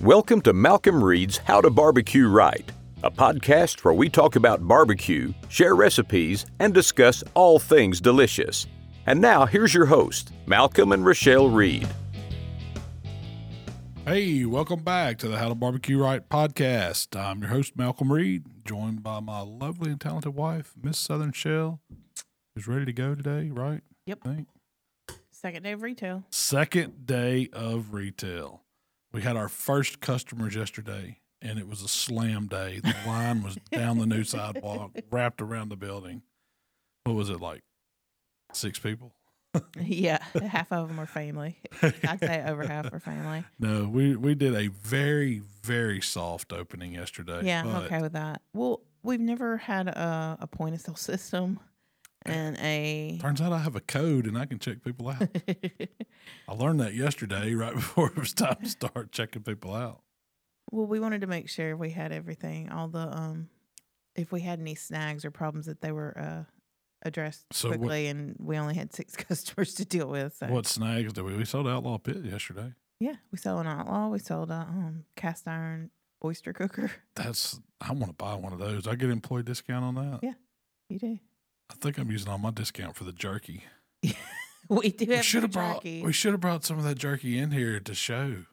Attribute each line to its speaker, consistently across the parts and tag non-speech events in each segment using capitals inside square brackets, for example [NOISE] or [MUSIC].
Speaker 1: Welcome to Malcolm Reed's How to Barbecue Right, a podcast where we talk about barbecue, share recipes, and discuss all things delicious. And now, here's your host, Malcolm and Rochelle Reed.
Speaker 2: Hey, welcome back to the How to Barbecue Right podcast. I'm your host, Malcolm Reed, joined by my lovely and talented wife, Miss Southern Shell, who's ready to go today, right?
Speaker 3: Yep.
Speaker 2: I think.
Speaker 3: Second day of retail.
Speaker 2: Second day of retail. We had our first customers yesterday, and it was a slam day.
Speaker 3: [LAUGHS]
Speaker 2: The line was down the new sidewalk, wrapped around the building. What was it like? Six people?
Speaker 3: yeah, [LAUGHS] half of them are [LAUGHS] family. I'd say over half
Speaker 2: [LAUGHS]
Speaker 3: are family.
Speaker 2: No, we, we did a very, very soft opening yesterday.
Speaker 3: Yeah, I'm
Speaker 2: but
Speaker 3: okay with that. Well, we've never had a, a point of sale [LAUGHS] system and a. [LAUGHS]
Speaker 2: Turns out I have a code and I can check people out. I learned that yesterday, right before it was time to start checking people out.
Speaker 3: well, we wanted to make sure we had everything, all the um, if we had any snags or problems that they were uh addressed
Speaker 2: So what-
Speaker 3: quickly, and we only had six [LAUGHS] customers to deal with. So
Speaker 2: What snags did we? We sold Outlaw Pit yesterday.
Speaker 3: yeah, we sold an outlaw. We sold a um cast iron oyster cooker. [LAUGHS]
Speaker 2: That's I want to buy one of those. I get employee discount on that.
Speaker 3: Yeah. You do.
Speaker 2: I think I'm using all my discount for the jerky.
Speaker 3: We do
Speaker 2: We
Speaker 3: have
Speaker 2: should have
Speaker 3: some
Speaker 2: brought
Speaker 3: jerky.
Speaker 2: we should have brought some of that jerky in here to show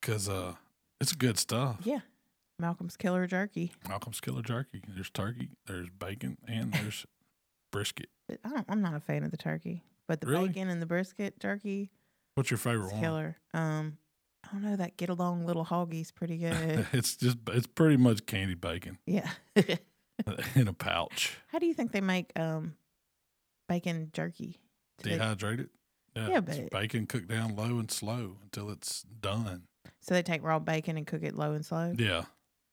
Speaker 2: because uh, it's good stuff.
Speaker 3: Yeah. Malcolm's killer jerky.
Speaker 2: Malcolm's Killer Jerky. There's turkey, there's bacon, and
Speaker 3: [LAUGHS]
Speaker 2: there's brisket.
Speaker 3: But I don't, I'm not a fan of the turkey, but the
Speaker 2: Really?
Speaker 3: bacon and the brisket jerky
Speaker 2: What's your
Speaker 3: is
Speaker 2: favorite one?
Speaker 3: killer. Um, I don't know that get along little hoggie's
Speaker 2: [LAUGHS]
Speaker 3: pretty good.
Speaker 2: it's just it's pretty much candy bacon
Speaker 3: yeah. [LAUGHS]
Speaker 2: [LAUGHS] in a pouch.
Speaker 3: How do you think they make um bacon jerky? Do they-
Speaker 2: Dehydrate it.
Speaker 3: Yeah,
Speaker 2: it's
Speaker 3: but-
Speaker 2: bacon cooked down low and slow until it's done.
Speaker 3: so they take raw bacon and cook it low and slow
Speaker 2: Yeah,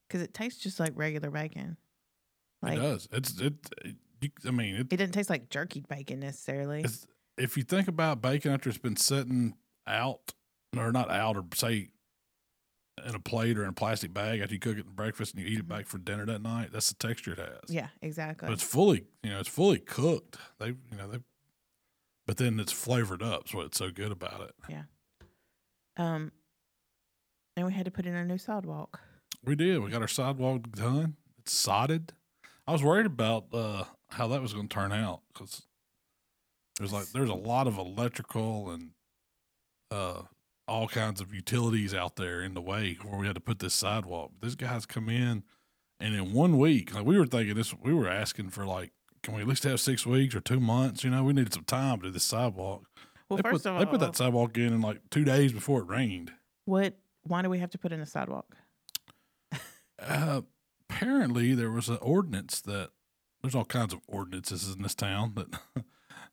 Speaker 3: because it tastes just like regular bacon.
Speaker 2: it
Speaker 3: Like it,
Speaker 2: does. It's it. it you, I mean, it,
Speaker 3: doesn't taste like jerky bacon necessarily.
Speaker 2: it's if you think about bacon after it's been sitting out or not out or say in a plate or in a plastic bag after you cook it in breakfast and you eat it
Speaker 3: Mhm.
Speaker 2: back for dinner that night. That's the texture it has.
Speaker 3: Yeah, exactly.
Speaker 2: But it's fully, you know, it's fully cooked. They, you know, they, but then it's flavored up. Is what's so good about it.
Speaker 3: um, and we had to put in a new sidewalk.
Speaker 2: We did. We got our sidewalk done. It's sodded. I was worried about uh, how that was going to turn out because there's like there's a lot of electrical and uh, all kinds of utilities out there in the way where we had to put this sidewalk. These guys come in, and in one week, like we were thinking this, we were asking for like, can we at least have six weeks or two months? You know, we needed some time to do this sidewalk.
Speaker 3: Well,
Speaker 2: they
Speaker 3: first
Speaker 2: put,
Speaker 3: of all,
Speaker 2: they put that sidewalk in in like two days before it rained.
Speaker 3: what? Why do we have to put in a sidewalk?
Speaker 2: Uh, apparently, there was an ordinance that there's all kinds of ordinances in this town that [LAUGHS]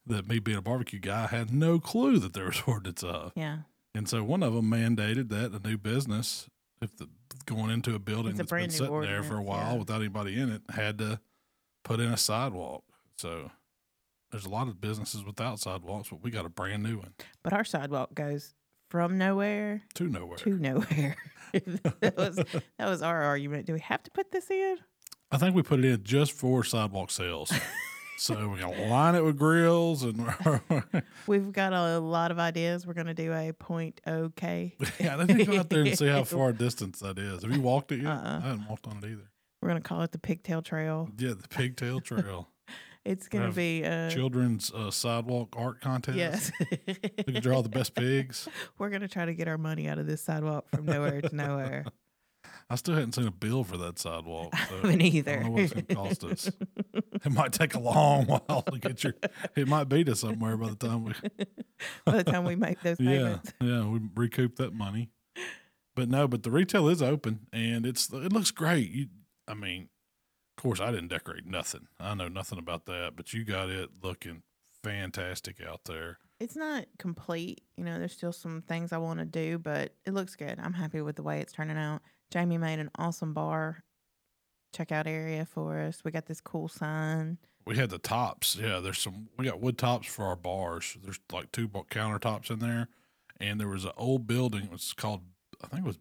Speaker 2: that me being a barbecue guy had no clue that there was [LAUGHS] ordinance of,
Speaker 3: Yeah.
Speaker 2: and so one of them mandated that a new business, if the going into a building
Speaker 3: It's a
Speaker 2: that's been
Speaker 3: brand new
Speaker 2: sitting there for a
Speaker 3: ordinance,
Speaker 2: while
Speaker 3: yeah.
Speaker 2: without anybody in it, had to put in a sidewalk. So there's a lot of businesses without sidewalks, but we got a brand new one
Speaker 3: But our sidewalk goes from nowhere
Speaker 2: to nowhere.
Speaker 3: to nowhere. [LAUGHS] that was that was our argument. Do we have to put this in?
Speaker 2: I think we put it in just for sidewalk
Speaker 3: [LAUGHS]
Speaker 2: sales. so we're gonna line it with grills and [LAUGHS]
Speaker 3: We've got a lot of ideas. We're gonna do a point OK.
Speaker 2: [LAUGHS] yeah, they need to go out there and see
Speaker 3: [LAUGHS]
Speaker 2: how far distance that is. Have you walked it yet?
Speaker 3: Uh-uh.
Speaker 2: I haven't walked on it either.
Speaker 3: We're gonna call it the Pigtail Trail.
Speaker 2: Yeah, the
Speaker 3: [LAUGHS]
Speaker 2: pigtail trail,
Speaker 3: It's gonna
Speaker 2: Have
Speaker 3: be uh,
Speaker 2: children's uh, sidewalk art contest. [LAUGHS]
Speaker 3: yes. [LAUGHS]
Speaker 2: We can draw the best pigs.
Speaker 3: We're gonna try to get our money out of this sidewalk from nowhere to nowhere.
Speaker 2: I still haven't seen a bill for that sidewalk.
Speaker 3: I
Speaker 2: So
Speaker 3: haven't either.
Speaker 2: I don't know what it's gonna cost
Speaker 3: [LAUGHS]
Speaker 2: us. it might take a long [LAUGHS] while to get your. It might be to somewhere by the time we
Speaker 3: By the time we make
Speaker 2: [LAUGHS]
Speaker 3: those
Speaker 2: Yeah,
Speaker 3: [LAUGHS] payments,
Speaker 2: yeah, we recoup that money. But no, but the retail is open and it's it looks great. You, I mean, of course, I didn't decorate nothing. I know nothing about that, but you got it looking fantastic out there.
Speaker 3: it's not complete. You know, there's still some things I want to do, but it looks good. I'm happy with the way it's turning out. Jamie made an awesome bar checkout area for us. We got this cool sign.
Speaker 2: We had the tops. Yeah, there's some. We got wood tops for our bars. There's like two bu- countertops in there, and there was an old building. It was called, I think it was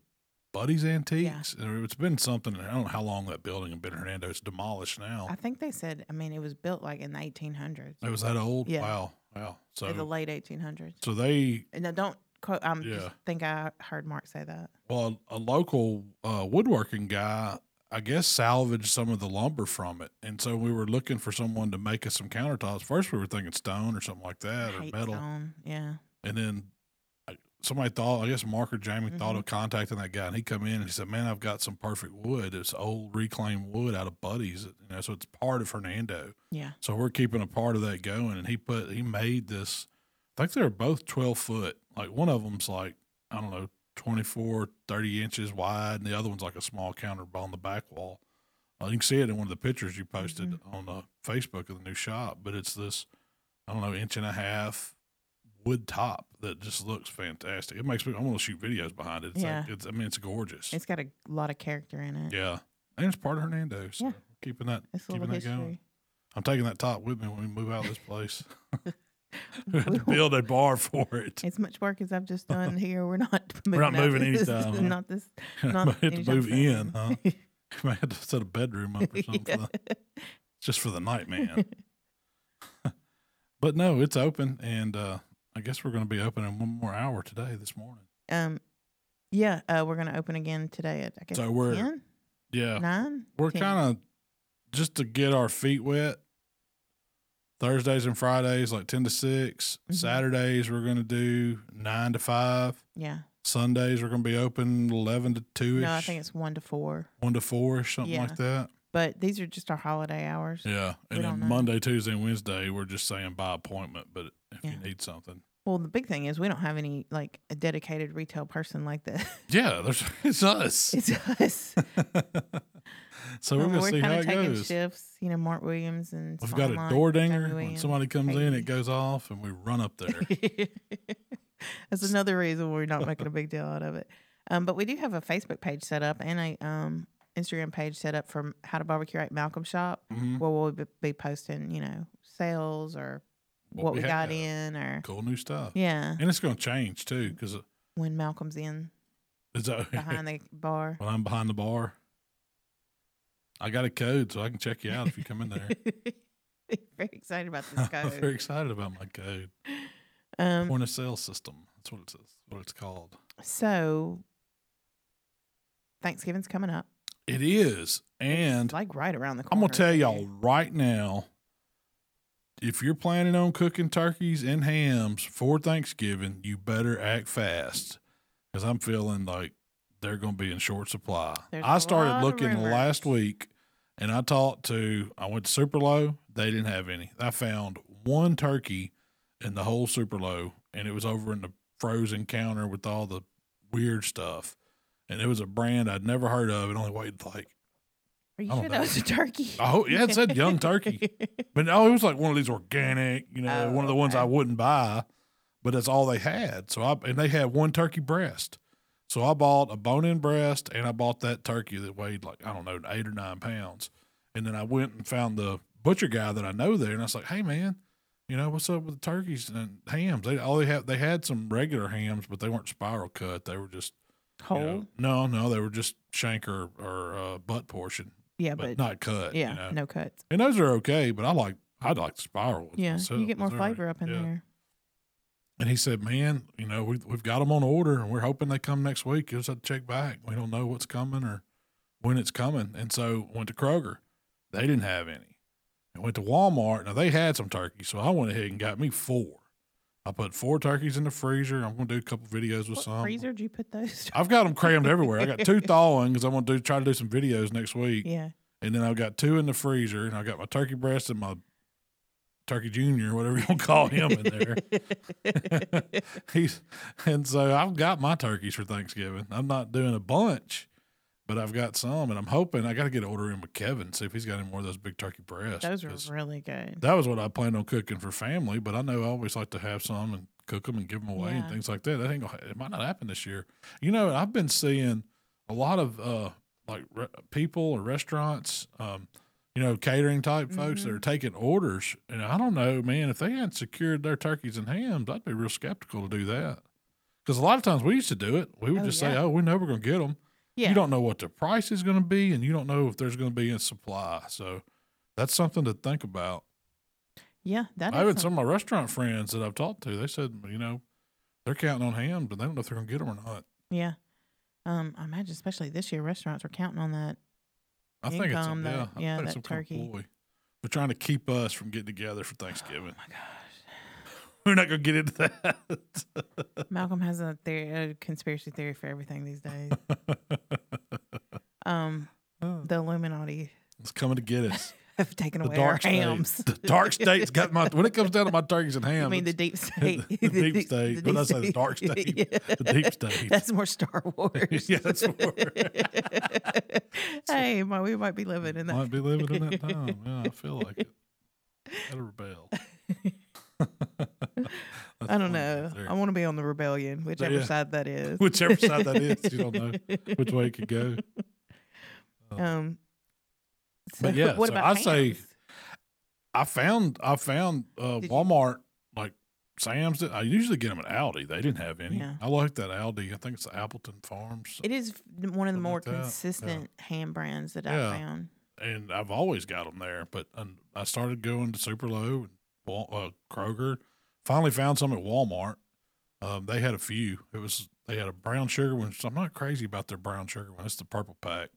Speaker 2: Buddy's Antiques, and it's been something. I don't know how long that building in Ben Hernando. It's demolished now.
Speaker 3: I think they said, I mean, it was built like in the 1800s,
Speaker 2: it was that old.
Speaker 3: Yeah.
Speaker 2: Wow, wow. Oh, So
Speaker 3: or the late 1800s.
Speaker 2: So they
Speaker 3: And now don't quote. I
Speaker 2: Yeah.
Speaker 3: think I heard Mark say that.
Speaker 2: Well, a local uh, woodworking guy, I guess, salvaged some of the lumber from it, and so we were looking for someone to make us some countertops. First, we were thinking stone or something like that, or
Speaker 3: Hate
Speaker 2: metal,
Speaker 3: stone. Yeah.
Speaker 2: and then I- somebody thought, I guess, Mark or Jamie thought
Speaker 3: Mhm.
Speaker 2: of contacting that guy, and he come in and he said, "Man, I've got some perfect wood. It's old reclaimed wood out of Buddy's, you know, so it's part of Hernando."
Speaker 3: Yeah.
Speaker 2: So we're keeping a part of that going, and he put he made this. I think they're both twelve foot. Like one of them's like I don't know 24, 30 inches wide, and the other one's like a small counter on the back wall. Uh, you can see it in one of the pictures you posted
Speaker 3: Mm-hmm.
Speaker 2: on uh, Facebook of the new shop. But it's this I don't know inch and a half wood top that just looks fantastic. It makes me I want to shoot videos behind it. It's
Speaker 3: Yeah.
Speaker 2: like, it's I mean it's gorgeous.
Speaker 3: It's got a lot of character in it.
Speaker 2: yeah, and it's part of Hernando. So
Speaker 3: Yeah.
Speaker 2: keeping that
Speaker 3: It's a
Speaker 2: keeping
Speaker 3: little
Speaker 2: that going.
Speaker 3: history.
Speaker 2: I'm taking that top with me when we move out of this place. we had
Speaker 3: We
Speaker 2: to build a bar for it.
Speaker 3: As much work as I've
Speaker 2: [LAUGHS]
Speaker 3: just done here, we're not moving.
Speaker 2: not
Speaker 3: out.
Speaker 2: moving
Speaker 3: This is
Speaker 2: anytime, huh?
Speaker 3: Not
Speaker 2: [LAUGHS]
Speaker 3: this.
Speaker 2: We
Speaker 3: Not
Speaker 2: had to
Speaker 3: anytime
Speaker 2: move in,
Speaker 3: soon. [LAUGHS]
Speaker 2: huh? [LAUGHS] We had to set a bedroom up or something, for the- just for the night, man. but no, it's open, and uh, I guess we're going to be open in one more hour today, this morning.
Speaker 3: Yeah. um. Yeah. Uh, we're gonna open again today at I guess
Speaker 2: So we're-
Speaker 3: 10,
Speaker 2: Yeah,
Speaker 3: nine.
Speaker 2: we're kind of just to get our feet wet. Thursdays and Fridays, like ten to 6
Speaker 3: Mhm.
Speaker 2: Saturdays, we're going to do nine to five.
Speaker 3: Yeah.
Speaker 2: Sundays are going to be open eleven to two ish.
Speaker 3: No, I think it's one to four.
Speaker 2: one to four or something
Speaker 3: Yeah.
Speaker 2: like that.
Speaker 3: But these are just our holiday hours.
Speaker 2: Yeah. And
Speaker 3: don't
Speaker 2: then
Speaker 3: know.
Speaker 2: Monday, Tuesday, and Wednesday, we're just saying by appointment, but if
Speaker 3: Yeah.
Speaker 2: you need something.
Speaker 3: Well, the big thing is we don't have any like a dedicated retail person like this.
Speaker 2: Yeah, there's [LAUGHS] it's us. [LAUGHS]
Speaker 3: [LAUGHS] it's us.
Speaker 2: so we're
Speaker 3: Um,
Speaker 2: gonna see how
Speaker 3: kinda
Speaker 2: it
Speaker 3: taking
Speaker 2: goes.
Speaker 3: shifts. You know, Mark Williams and
Speaker 2: We've got
Speaker 3: Solomon,
Speaker 2: a door
Speaker 3: Jamie
Speaker 2: dinger. When
Speaker 3: Williams,
Speaker 2: somebody comes in,
Speaker 3: Katie.
Speaker 2: it goes off and we run up
Speaker 3: [LAUGHS]
Speaker 2: there.
Speaker 3: That's another reason we're not making a big deal out of it. Um, but we do have a Facebook page set up and a um, Instagram page set up for How to Barbecue Right Malcolm Shop,
Speaker 2: Mhm.
Speaker 3: where we'll be- be posting, you know, sales or what,
Speaker 2: What
Speaker 3: we,
Speaker 2: we
Speaker 3: got
Speaker 2: have.
Speaker 3: in or
Speaker 2: Cool new stuff.
Speaker 3: yeah,
Speaker 2: And it's gonna change too, because
Speaker 3: when Malcolm's in
Speaker 2: it's [LAUGHS] uh,
Speaker 3: behind the
Speaker 2: [LAUGHS]
Speaker 3: bar. [LAUGHS]
Speaker 2: when I'm behind the bar. I got a code so I can check you out if you come in
Speaker 3: [LAUGHS]
Speaker 2: there.
Speaker 3: Very excited about this
Speaker 2: I'm [LAUGHS] very
Speaker 3: code.
Speaker 2: excited about my code.
Speaker 3: Um,
Speaker 2: Point of sale system. That's what it's what it's called.
Speaker 3: so Thanksgiving's coming up,
Speaker 2: It is. And
Speaker 3: like right around the
Speaker 2: I'm
Speaker 3: corner.
Speaker 2: going to tell
Speaker 3: for you.
Speaker 2: y'all right now if you're planning on cooking turkeys and hams for Thanksgiving, you better act fast because I'm feeling like they're going to be in short supply.
Speaker 3: There's
Speaker 2: I
Speaker 3: a lot
Speaker 2: started
Speaker 3: of
Speaker 2: looking
Speaker 3: rumors.
Speaker 2: last week and I talked to, I went to Super Low. They didn't have any. I found one turkey in the whole Super Low and it was over in the frozen counter with all the weird stuff. And it was a brand I'd never heard of. It only weighed like
Speaker 3: Are you
Speaker 2: I don't
Speaker 3: sure that
Speaker 2: know.
Speaker 3: was a turkey?
Speaker 2: Oh, yeah, it said young
Speaker 3: [LAUGHS]
Speaker 2: turkey. But no, it was like one of these organic, you know,
Speaker 3: Oh,
Speaker 2: one of the ones
Speaker 3: okay.
Speaker 2: I wouldn't buy, but that's all they had. So I and they had one turkey breast. So I bought a bone in breast and I bought that turkey that weighed like, I don't know, eight or nine pounds. And then I went and found the butcher guy that I know there and I was like, Hey man, you know, what's up with the turkeys and hams? They all they have they had some regular hams, but they weren't spiral cut. They were just you
Speaker 3: Whole?
Speaker 2: know- no, no, they were just shank or, or uh, butt portion,
Speaker 3: yeah,
Speaker 2: but,
Speaker 3: but,
Speaker 2: not cut. you
Speaker 3: yeah,
Speaker 2: know?
Speaker 3: no cuts.
Speaker 2: And those are okay, but I like I like the spiral. ones
Speaker 3: Yeah,
Speaker 2: myself.
Speaker 3: you get more
Speaker 2: They're all right.
Speaker 3: flavor up in
Speaker 2: Yeah.
Speaker 3: there.
Speaker 2: And he said, "Man, you know we we've got them on order, and we're hoping they come next week. You just have to check back. We don't know what's coming or when it's coming." And so went to Kroger. They didn't have any. And went to Walmart. Now they had some turkey, so I went ahead and got me four. I put four turkeys in the freezer. I'm going to do a couple videos with
Speaker 3: What
Speaker 2: some.
Speaker 3: freezer did you put those?
Speaker 2: I've got them crammed everywhere. I got two thawing because I'm going to do try to do some videos next week. [LAUGHS]
Speaker 3: [LAUGHS] yeah, [LAUGHS]
Speaker 2: And then I've got two in the freezer, and I got my turkey breast and my turkey junior, whatever you want to call him, in
Speaker 3: [LAUGHS]
Speaker 2: there. He's and so I've got my turkeys for Thanksgiving. I'm not doing a bunch, but I've got some, and I'm hoping I got to get an order in with Kevin see if he's got any more of those big turkey breasts.
Speaker 3: those are
Speaker 2: 'cause
Speaker 3: really good.
Speaker 2: That was what I planned on cooking for family, but I know I always like to have some and cook them and give them away and
Speaker 3: Yeah.
Speaker 2: things like that. That ain't gonna, it might not happen this year. You know, I've been seeing a lot of uh like re- people or restaurants, um, you know, catering type folks that
Speaker 3: Mhm.
Speaker 2: are taking orders, and I don't know, man, if they hadn't secured their turkeys and hams, I'd be real skeptical to do that. Because a lot of times we used to do it, we would
Speaker 3: Oh,
Speaker 2: just say,
Speaker 3: yeah.
Speaker 2: "Oh, we know we're gonna get them."
Speaker 3: Yeah,
Speaker 2: you don't know what the price is going to be and you don't know if there's going to be in supply so that's something to think about
Speaker 3: yeah, that
Speaker 2: i
Speaker 3: is
Speaker 2: even
Speaker 3: some-
Speaker 2: some of my restaurant friends that i've talked to they said you know They're counting on hams, but they don't know if they're going to get them or not.
Speaker 3: Yeah. Um, I imagine, especially this year, restaurants are counting on that.
Speaker 2: I think it's a,
Speaker 3: Income,
Speaker 2: yeah,
Speaker 3: that-
Speaker 2: I
Speaker 3: yeah,
Speaker 2: think it's some
Speaker 3: that
Speaker 2: kind of
Speaker 3: turkey.
Speaker 2: ploy. They're trying to keep us from getting together for Thanksgiving.
Speaker 3: Oh, my gosh.
Speaker 2: [LAUGHS] We're not going to get into that. [LAUGHS]
Speaker 3: Malcolm has a, theory, a conspiracy theory for everything
Speaker 2: [LAUGHS]
Speaker 3: these days. um, the Illuminati
Speaker 2: it's coming to get
Speaker 3: [LAUGHS]
Speaker 2: us.
Speaker 3: have taken
Speaker 2: Oh. The
Speaker 3: away our
Speaker 2: dark state.
Speaker 3: hams.
Speaker 2: The dark state's got my. When it comes down to
Speaker 3: [LAUGHS]
Speaker 2: my turkeys and hams,
Speaker 3: I mean, the [LAUGHS]
Speaker 2: it's
Speaker 3: deep state.
Speaker 2: [LAUGHS] the deep state. What did I say? The
Speaker 3: [LAUGHS]
Speaker 2: dark state? the deep state.
Speaker 3: That's
Speaker 2: [LAUGHS]
Speaker 3: more Star Wars.
Speaker 2: Yeah, that's more-
Speaker 3: [LAUGHS] hey, my, we might be living in that.
Speaker 2: might be living in that
Speaker 3: [LAUGHS]
Speaker 2: time. Yeah, I feel like it. Gotta rebel. [LAUGHS] That's
Speaker 3: I don't
Speaker 2: funny right
Speaker 3: know.
Speaker 2: there.
Speaker 3: I want to be on the rebellion, whichever
Speaker 2: yeah.
Speaker 3: side that
Speaker 2: [LAUGHS]
Speaker 3: is.
Speaker 2: Whichever side that is, you don't know
Speaker 3: [LAUGHS]
Speaker 2: which way it could go.
Speaker 3: Um,
Speaker 2: Oh. But yeah,
Speaker 3: [LAUGHS] what
Speaker 2: so
Speaker 3: about
Speaker 2: I say-
Speaker 3: hams?
Speaker 2: I found I found uh,
Speaker 3: Did you-
Speaker 2: Walmart like Sam's. I usually get them at Aldi. They didn't have any.
Speaker 3: Yeah.
Speaker 2: I like that Aldi. I think it's the Appleton Farms,
Speaker 3: It is f- one of the
Speaker 2: Something
Speaker 3: more
Speaker 2: like that. Yeah.
Speaker 3: consistent ham brands that
Speaker 2: Yeah.
Speaker 3: I found.
Speaker 2: and I've always got them there. But um, I started going to Super Low and Wal- uh, Kroger. Finally found some at Walmart. Um, they had a few. It was they had a brown sugar one. which I'm not crazy about their brown sugar one. It's the purple pack.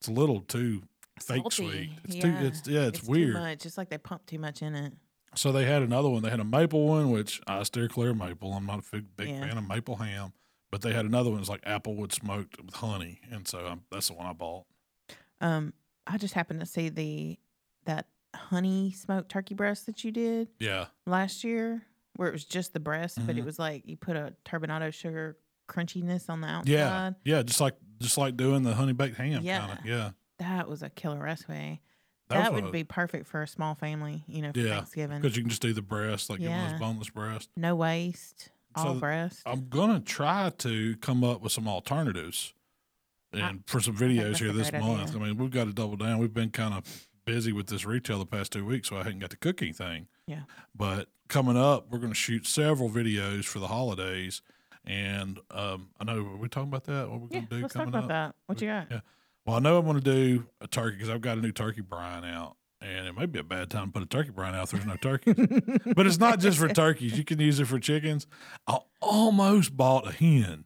Speaker 2: It's a little too fake sweet.
Speaker 3: Salty,
Speaker 2: It's too. It's yeah. It's, weird.
Speaker 3: Too much. It's like they pump too much in it.
Speaker 2: So they had another one. They had a maple one, which I steer clear of maple. I'm not a big, big
Speaker 3: Yeah.
Speaker 2: fan of maple ham. But they had another one. It's like applewood smoked with honey, and so um that's the one I bought.
Speaker 3: Um, I just happened to see the that honey smoked turkey breast that you did
Speaker 2: Yeah,
Speaker 3: last year, where it was just the breast, but
Speaker 2: Mhm.
Speaker 3: it was like you put a turbinado sugar crunchiness on the outside.
Speaker 2: yeah, yeah. Just like just like doing the honey baked ham kind of. Yeah,
Speaker 3: That was a killer recipe.
Speaker 2: That
Speaker 3: That
Speaker 2: was
Speaker 3: would
Speaker 2: a-
Speaker 3: be perfect for a small family, you know, for
Speaker 2: Yeah,
Speaker 3: Thanksgiving.
Speaker 2: because you can just do the breast, like get one of
Speaker 3: Yeah.
Speaker 2: those boneless breast.
Speaker 3: No waste,
Speaker 2: So
Speaker 3: all
Speaker 2: th-
Speaker 3: breast.
Speaker 2: I'm gonna try to come up with some alternatives, and for some
Speaker 3: think
Speaker 2: videos
Speaker 3: that's
Speaker 2: here
Speaker 3: a
Speaker 2: this
Speaker 3: great
Speaker 2: month.
Speaker 3: idea.
Speaker 2: I mean, we've got to double down. We've been kind of busy with this retail the past two weeks, so I hadn't got to cook anything.
Speaker 3: Yeah.
Speaker 2: But coming up, we're going to shoot several videos for the holidays, and um, I know are we talking about that? What we're
Speaker 3: yeah,
Speaker 2: going to do
Speaker 3: let's talk
Speaker 2: coming
Speaker 3: about
Speaker 2: up?
Speaker 3: that. What
Speaker 2: We-
Speaker 3: you got?
Speaker 2: yeah. Well, I know I'm going to do a turkey because I've got a new turkey brine out, and it may be a bad time to put a turkey brine out. If there's no turkey
Speaker 3: [LAUGHS]
Speaker 2: but it's not just for turkeys. You can use it for chickens. I almost bought a hen.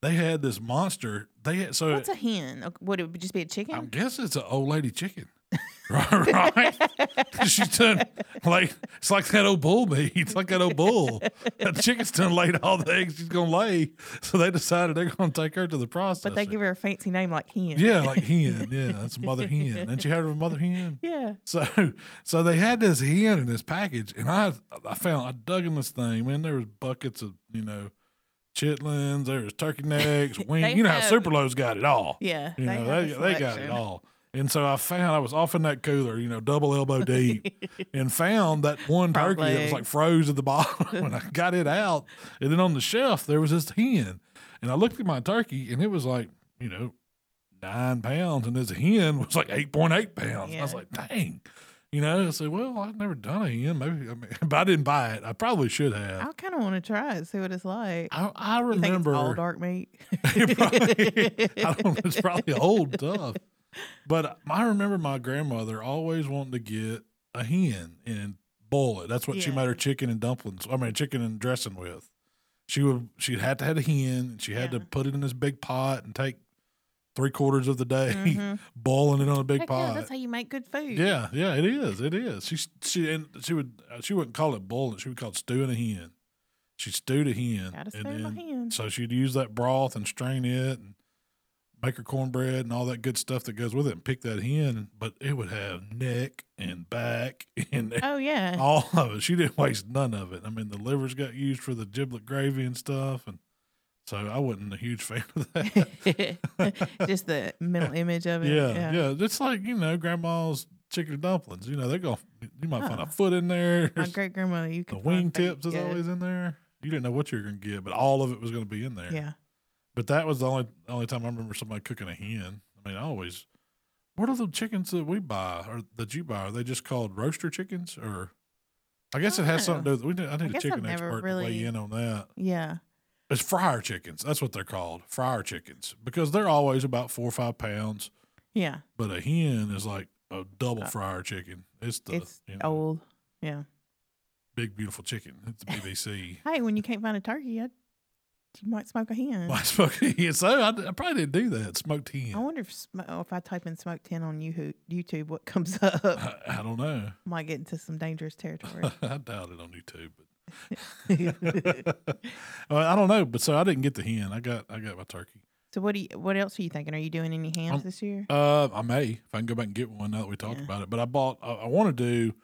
Speaker 2: They had this monster. They had so
Speaker 3: What's a hen? Uh, Would it just be a
Speaker 2: I
Speaker 3: chicken?
Speaker 2: guess it's an old lady chicken, [LAUGHS] right? right? [LAUGHS] She's done like it's like that old bull meat. It's like that old bull. That chicken's done laid all the eggs she's gonna lay. So they decided they're gonna take her to the processor.
Speaker 3: but they give her a fancy name like hen.
Speaker 2: yeah, like hen. Yeah, that's mother hen. Didn't you have a mother hen?
Speaker 3: Yeah.
Speaker 2: So, so they had this hen in this package, and I, I found I dug in this thing. Man, there was buckets of you know, chitlins. There was turkey necks, wings.
Speaker 3: They
Speaker 2: you know how
Speaker 3: have-
Speaker 2: Superlow's got it all.
Speaker 3: Yeah.
Speaker 2: you know
Speaker 3: have
Speaker 2: they,
Speaker 3: a
Speaker 2: they got it
Speaker 3: selection.
Speaker 2: all. And so I found I was off in that cooler, you know, double elbow
Speaker 3: [LAUGHS]
Speaker 2: deep, and found that one
Speaker 3: Front
Speaker 2: turkey that was
Speaker 3: leg.
Speaker 2: like froze at the [LAUGHS] bottom.
Speaker 3: [LAUGHS]
Speaker 2: and I got it out, and then on the shelf there was this hen, and I looked at my turkey, and it was like you know nine pounds, and this hen was like eight point eight pounds. I was
Speaker 3: Yeah.
Speaker 2: like, dang, you know. I said, well, I've never done a hen, maybe, I mean, [LAUGHS] but I didn't buy it. I probably should have.
Speaker 3: I kind of want to try it, see what it's like.
Speaker 2: I, I
Speaker 3: You think it's
Speaker 2: remember
Speaker 3: all
Speaker 2: [LAUGHS]
Speaker 3: dark meat?
Speaker 2: It probably- I don't know, it's probably old stuff. But I remember my grandmother always wanting to get a hen and boil it. That's what she
Speaker 3: Yeah.
Speaker 2: made her chicken and dumplings. I mean, chicken and dressing with. She would. She had to have a hen, and she had to
Speaker 3: Yeah.
Speaker 2: put it in this big pot and take three quarters of the day
Speaker 3: Mhm.
Speaker 2: [LAUGHS] boiling it on a big
Speaker 3: Heck yeah,
Speaker 2: pot.
Speaker 3: that's how you make good food.
Speaker 2: Yeah, yeah, it is. It is. She she and she would uh, she wouldn't call it boiling. She would call it stewing a hen. She stewed a hen,
Speaker 3: Gotta stew
Speaker 2: and
Speaker 3: my
Speaker 2: then
Speaker 3: hen.
Speaker 2: so she'd use that broth and strain it and make her cornbread and all that good stuff that goes with it, and pick that hen. But it would have neck and back [LAUGHS] and
Speaker 3: Oh yeah. [LAUGHS]
Speaker 2: all [LAUGHS] of it. She didn't waste none of it. I mean, the livers got used for the giblet gravy and stuff, and so I wasn't a huge fan of that.
Speaker 3: Just the mental image of it.
Speaker 2: Yeah, yeah, It's like you know, grandma's chicken dumplings. You know, they're gonna you might find a
Speaker 3: Huh.
Speaker 2: foot in [LAUGHS] there.
Speaker 3: My great grandmother, you
Speaker 2: The
Speaker 3: could
Speaker 2: wing
Speaker 3: find fake
Speaker 2: tips is
Speaker 3: good-
Speaker 2: always in there. You didn't know what you were gonna get, but all of it was gonna be in there.
Speaker 3: Yeah.
Speaker 2: But that was the only only time I remember somebody cooking a hen. I mean, I always. What are the chickens that we buy or that you buy? Are they just called roaster chickens or? I guess it
Speaker 3: don't
Speaker 2: has
Speaker 3: know.
Speaker 2: something to do. With, we need, I need a
Speaker 3: guess I've
Speaker 2: chicken
Speaker 3: never
Speaker 2: expert to weigh
Speaker 3: really-
Speaker 2: in on that.
Speaker 3: Yeah.
Speaker 2: It's fryer chickens. That's what they're called, fryer chickens, because they're always about four or five pounds.
Speaker 3: Yeah.
Speaker 2: But a hen is like a double
Speaker 3: Uh,
Speaker 2: fryer chicken. It's the
Speaker 3: It's
Speaker 2: you know,
Speaker 3: old. Yeah. [LAUGHS]
Speaker 2: big beautiful chicken. It's the BBC.
Speaker 3: Hey, when you can't find a turkey, I'd You might smoke a hen.
Speaker 2: Why smoke? [LAUGHS] Yeah, so I, I probably didn't do that. Smoked
Speaker 3: I
Speaker 2: hen.
Speaker 3: wonder if sm- Mm. oh, if I type in smoke ten on Yoo- YouTube, what comes [LAUGHS] up?
Speaker 2: I, I don't know. [LAUGHS]
Speaker 3: might get into some dangerous territory. [LAUGHS]
Speaker 2: I doubt it on YouTube,
Speaker 3: so [LAUGHS]
Speaker 2: but [LAUGHS] well, I don't know. But so I didn't get the hen. I got I got my turkey.
Speaker 3: what do you, what else are you thinking? Are you doing any hams
Speaker 2: Um,
Speaker 3: this year?
Speaker 2: Uh, I may if I can go back and get one now that we talked
Speaker 3: Yeah.
Speaker 2: about it. But I bought. I, I want to do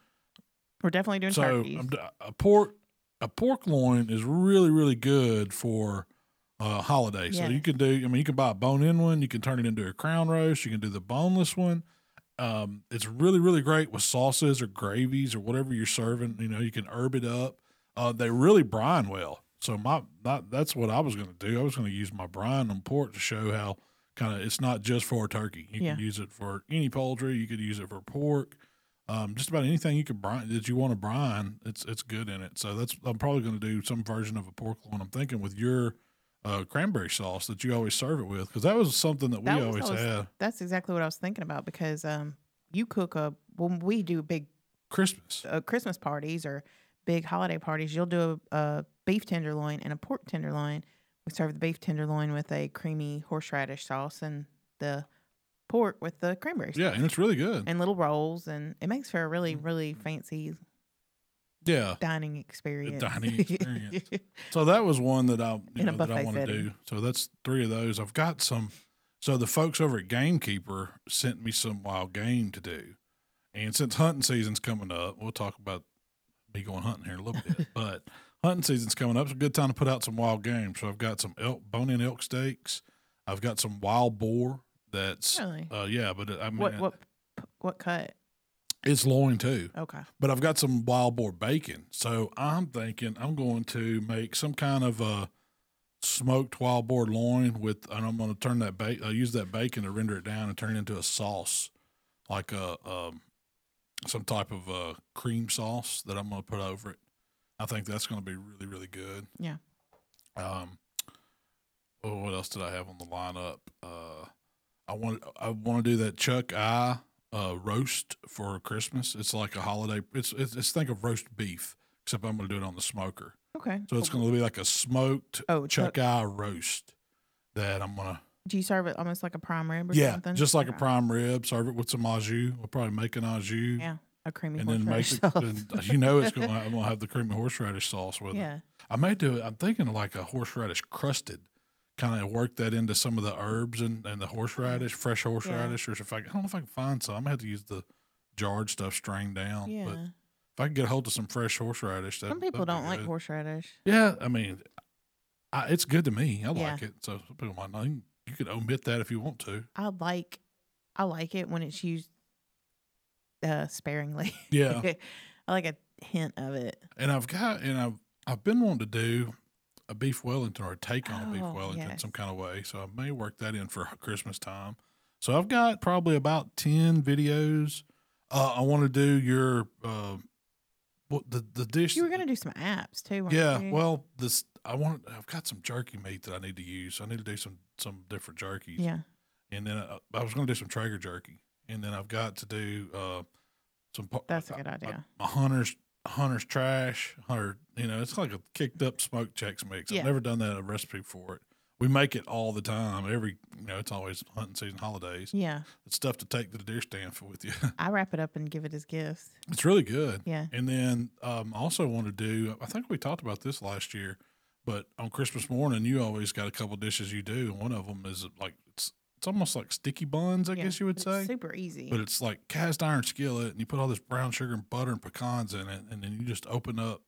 Speaker 3: We're definitely doing
Speaker 2: so. um,
Speaker 3: turkeys.
Speaker 2: I'm d- a pork a pork loin is really really good for uh holiday. So you
Speaker 3: Yes.
Speaker 2: can do. I mean, you can buy a bone in one. You can turn it into a crown roast. You can do the boneless one. Um, it's really really great with sauces or gravies or whatever you're serving. You know, you can herb it up. Uh, they really brine well. So my, my that's what I was going to do. I was going to use my brine on pork to show how kind of it's not just for turkey. You
Speaker 3: Yeah.
Speaker 2: can use it for any poultry. You could use it for pork. Um, just about anything you could brine that you want to brine, it's it's good in it. So that's I'm probably going to do some version of a pork loin. I'm thinking with your uh, cranberry sauce that you always serve it with because that was something that we
Speaker 3: That was
Speaker 2: always,
Speaker 3: always-
Speaker 2: had
Speaker 3: That's exactly what I was thinking about because um, you cook a when we do big
Speaker 2: Christmas.
Speaker 3: uh, Christmas parties or big holiday parties, you'll do a, a beef tenderloin and a pork tenderloin. We serve the beef tenderloin with a creamy horseradish sauce and the pork with the cranberry sauce
Speaker 2: Yeah, Mm. and it's really good.
Speaker 3: and little rolls, and it makes for a really, really fancy
Speaker 2: yeah,
Speaker 3: dining experience. [LAUGHS]
Speaker 2: dining experience. So that was one that I you
Speaker 3: In a
Speaker 2: know, that I
Speaker 3: buffet
Speaker 2: want to
Speaker 3: setting.
Speaker 2: do. So that's three of those. I've got some. So the folks over at Gamekeeper sent me some wild game to do, and since hunting season's coming up, we'll talk about me going hunting here in a little
Speaker 3: [LAUGHS]
Speaker 2: bit. but hunting season's coming up; it's a good time to put out some wild game. So I've got some elk bone-in elk steaks. I've got some wild boar. That's
Speaker 3: really?
Speaker 2: uh, yeah, but I mean
Speaker 3: what what p- what cut?
Speaker 2: it's loin too
Speaker 3: Okay.
Speaker 2: but I've got some wild boar bacon. So I'm thinking I'm going to make some kind of a smoked wild boar loin with, and I'm going to turn that bacon, uh, use that bacon to render it down and turn it into a sauce, like a, um, some type of uh, cream sauce that I'm going to put over it. I think that's going to be really, really good.
Speaker 3: Yeah.
Speaker 2: Um, oh, what else did I have on the lineup? Uh, I want I want to do that Chuck Eye uh, roast for Christmas. It's like a holiday. It's it's, it's think of roast beef, except I'm going to do it on the smoker.
Speaker 3: Okay.
Speaker 2: So it's going to be like a smoked
Speaker 3: Oh,
Speaker 2: Chuck
Speaker 3: Chuck.
Speaker 2: Eye roast that I'm going to
Speaker 3: Do you serve it almost like a prime rib or
Speaker 2: yeah,
Speaker 3: something?
Speaker 2: just like a
Speaker 3: Okay.
Speaker 2: prime rib. Serve it with some au jus. We'll probably make an au jus.
Speaker 3: Yeah, a creamy
Speaker 2: And then make
Speaker 3: horseradish [LAUGHS]
Speaker 2: it,
Speaker 3: sauce.
Speaker 2: and you know
Speaker 3: [LAUGHS]
Speaker 2: it's gonna. I'm gonna have the creamy horseradish sauce with it.
Speaker 3: yeah.
Speaker 2: I may do it. I'm thinking of like a horseradish crusted, kind of work that into some of the herbs and, and the
Speaker 3: Mm.
Speaker 2: horseradish, fresh horseradish, or if I, I don't know if I can find some. I'm gonna have to use the jarred stuff strained down.
Speaker 3: Yeah.
Speaker 2: But if I can get a hold of some fresh horseradish, that,
Speaker 3: Some people
Speaker 2: that'd be
Speaker 3: don't like
Speaker 2: good.
Speaker 3: horseradish.
Speaker 2: Yeah, I mean, I, it's good to me. I
Speaker 3: Yeah.
Speaker 2: like it. So some people might not. You can- You could omit that if you want to.
Speaker 3: I like I like it when it's used uh sparingly.
Speaker 2: Yeah.
Speaker 3: [LAUGHS] I like a hint of it.
Speaker 2: And I've got and I've I've been wanting to do a beef Wellington or a take on a beef
Speaker 3: Oh,
Speaker 2: Wellington
Speaker 3: yes.
Speaker 2: some kind of way. So I may work that in for Christmas time. So I've got probably about ten videos. Uh, I want to do your uh, what the the dish.
Speaker 3: You were
Speaker 2: that-
Speaker 3: gonna do some apps too, weren't
Speaker 2: yeah.
Speaker 3: you?
Speaker 2: Well, this I want. I've got some jerky meat that I need to use. I need to do some some different jerkies.
Speaker 3: Yeah.
Speaker 2: And then I, I was going to do some Traeger jerky. And then I've got to do uh, some. pa-
Speaker 3: That's a
Speaker 2: I-
Speaker 3: good idea.
Speaker 2: my hunter's hunter's trash, hunter. You know, it's like a kicked up smoked checks mix.
Speaker 3: Yeah.
Speaker 2: I've never done that a recipe for it. We make it all the time. Every you know, it's always hunting season holidays.
Speaker 3: Yeah.
Speaker 2: It's stuff to take to the deer stand for with you. [LAUGHS]
Speaker 3: I wrap it up and give it as gifts.
Speaker 2: it's really good.
Speaker 3: Yeah.
Speaker 2: And then um, I also want to do. I think we talked about this last year, but on Christmas morning, you always got a couple dishes you do. and One of them is like it's it's almost like sticky buns. I
Speaker 3: Yeah.
Speaker 2: guess you would
Speaker 3: It's
Speaker 2: say.
Speaker 3: super easy.
Speaker 2: But it's like cast iron skillet, and you put all this brown sugar and butter and pecans in it, and then you just open up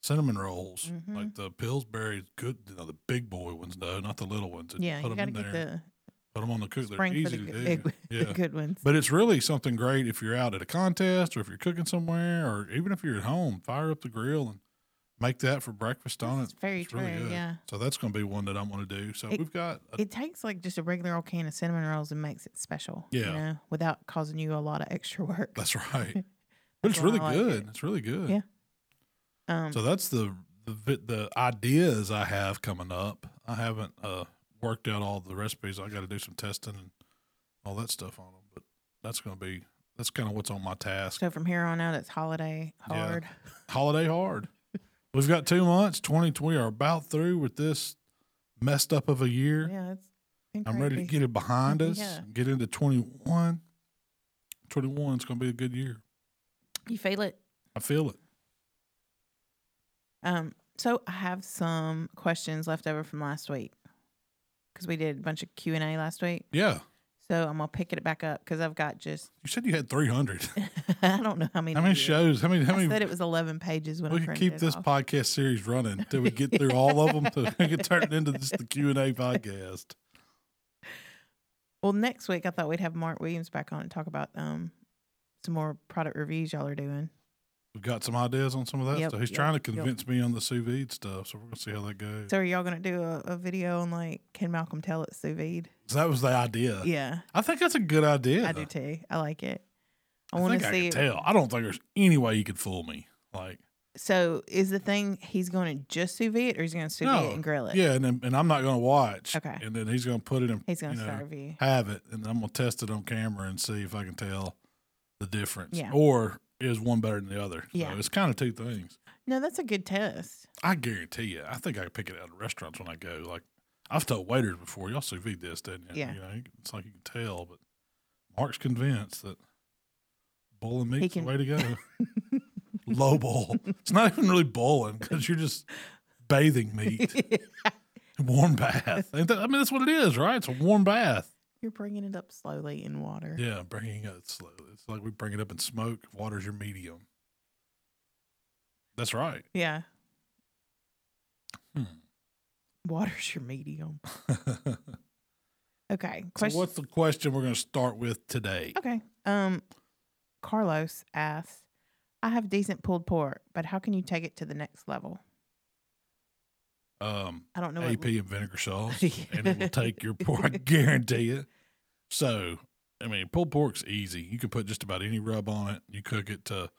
Speaker 2: cinnamon rolls,
Speaker 3: Mhm.
Speaker 2: like the Pillsbury good, you know, the big boy ones, though, not the little ones. and
Speaker 3: yeah,
Speaker 2: put them
Speaker 3: you gotta
Speaker 2: in
Speaker 3: get
Speaker 2: there,
Speaker 3: the
Speaker 2: put them on the cook. They're
Speaker 3: spring for
Speaker 2: easy
Speaker 3: the
Speaker 2: to
Speaker 3: good,
Speaker 2: do.
Speaker 3: big- [LAUGHS]
Speaker 2: yeah,
Speaker 3: the good ones.
Speaker 2: but it's really something great if you're out at a contest or if you're cooking somewhere or even if you're at home. Fire up the grill and make that for breakfast on it.
Speaker 3: It's very
Speaker 2: It's
Speaker 3: true.
Speaker 2: really good.
Speaker 3: yeah.
Speaker 2: So that's going to be one that I'm going to do. So
Speaker 3: It-
Speaker 2: we've got a,
Speaker 3: It takes like just a regular old can of cinnamon rolls and makes it special.
Speaker 2: Yeah.
Speaker 3: You know, without causing you a lot of extra
Speaker 2: [LAUGHS]
Speaker 3: work.
Speaker 2: that's
Speaker 3: [LAUGHS]
Speaker 2: right. But
Speaker 3: That's
Speaker 2: it's
Speaker 3: why I
Speaker 2: really
Speaker 3: like it.
Speaker 2: good. It's really good.
Speaker 3: Yeah. um
Speaker 2: So that's the, the vi- the ideas I have coming up. I haven't uh, worked out all the recipes. I got to do some testing and all that stuff on them. But that's going to be that's kind of what's on my
Speaker 3: [LAUGHS]
Speaker 2: task.
Speaker 3: so from here on out it's holiday
Speaker 2: Yeah.
Speaker 3: hard.
Speaker 2: Holiday hard. We've got two months. Twenty twenty are about through with this messed up of a year.
Speaker 3: Yeah, it's been
Speaker 2: I'm ready to
Speaker 3: crazy. Mm-hmm,
Speaker 2: get it behind us.
Speaker 3: Yeah.
Speaker 2: Get into 21. 21 is going to be a good year.
Speaker 3: You feel it.
Speaker 2: I feel it.
Speaker 3: Um, so I have some questions left over from last week because we did a bunch of Q and A last week.
Speaker 2: Yeah.
Speaker 3: So I'm gonna pick it back up because I've got just [LAUGHS]
Speaker 2: You said you had 300.
Speaker 3: I don't know how many.
Speaker 2: How many
Speaker 3: to do.
Speaker 2: shows? How many? How
Speaker 3: I said
Speaker 2: many?
Speaker 3: it was 11 pages when
Speaker 2: We
Speaker 3: I
Speaker 2: could
Speaker 3: printed
Speaker 2: keep
Speaker 3: it
Speaker 2: this
Speaker 3: off.
Speaker 2: podcast series running till we get through all of them. [LAUGHS] Till we can turn it into just the Q and A podcast.
Speaker 3: Well, next week I thought we'd have Mark Williams back on and talk about um some more product reviews y'all are doing.
Speaker 2: We've got some ideas on some of that
Speaker 3: Yep,
Speaker 2: stuff. He's
Speaker 3: yep,
Speaker 2: trying to
Speaker 3: yep.
Speaker 2: convince me on the sous vide stuff, so we're gonna see how that goes.
Speaker 3: So are y'all gonna do a, a video on like can Malcolm tell it's sous vide?
Speaker 2: So that was the idea.
Speaker 3: Yeah,
Speaker 2: I think that's a good idea.
Speaker 3: I do too. I like it. I,
Speaker 2: I
Speaker 3: want
Speaker 2: think
Speaker 3: to
Speaker 2: I
Speaker 3: see.
Speaker 2: can tell. I don't think there's any way you could fool me. Like,
Speaker 3: So is the thing he's going to just sous vide or he's going to sous vide
Speaker 2: No.
Speaker 3: and grill it?
Speaker 2: yeah, and then- and I'm not gonna watch.
Speaker 3: Okay.
Speaker 2: And then he's gonna put it in.
Speaker 3: he's going
Speaker 2: you
Speaker 3: to
Speaker 2: know,
Speaker 3: serve you.
Speaker 2: have it, and I'm gonna test it on camera and see if I can tell the difference.
Speaker 3: Yeah.
Speaker 2: Or is one better than the other? So
Speaker 3: Yeah.
Speaker 2: it's kind of two things.
Speaker 3: No, that's a good test.
Speaker 2: I guarantee you. I think I can pick it out of restaurants when I go. Like I've told waiters before, y'all sous vide this, didn't you?
Speaker 3: Yeah.
Speaker 2: You know, it's like you can tell, but Mark's convinced that bowling meat's
Speaker 3: can-
Speaker 2: the way to
Speaker 3: [LAUGHS]
Speaker 2: go. Low bowl. It's not even really bowling because you're just bathing
Speaker 3: [LAUGHS]
Speaker 2: meat, warm bath. Ain't that- I mean, that's what it is, right? It's a warm bath.
Speaker 3: You're bringing it up slowly in water.
Speaker 2: Yeah, bringing it slowly. It's like we bring it up in smoke. Water's your medium. That's right.
Speaker 3: Yeah.
Speaker 2: Hmm.
Speaker 3: Water's
Speaker 2: [LAUGHS]
Speaker 3: your medium. Okay.
Speaker 2: so
Speaker 3: Question.
Speaker 2: what's the question we're going to start with today?
Speaker 3: Okay. Um, Carlos asks, I have decent pulled pork, but how can you take it to the next level?
Speaker 2: Um,
Speaker 3: I don't know.
Speaker 2: AP
Speaker 3: What,
Speaker 2: and vinegar
Speaker 3: [LAUGHS]
Speaker 2: sauce, and it will take your pork. I guarantee it. So, I mean, pulled pork's easy. You can put just about any rub on it. You cook it to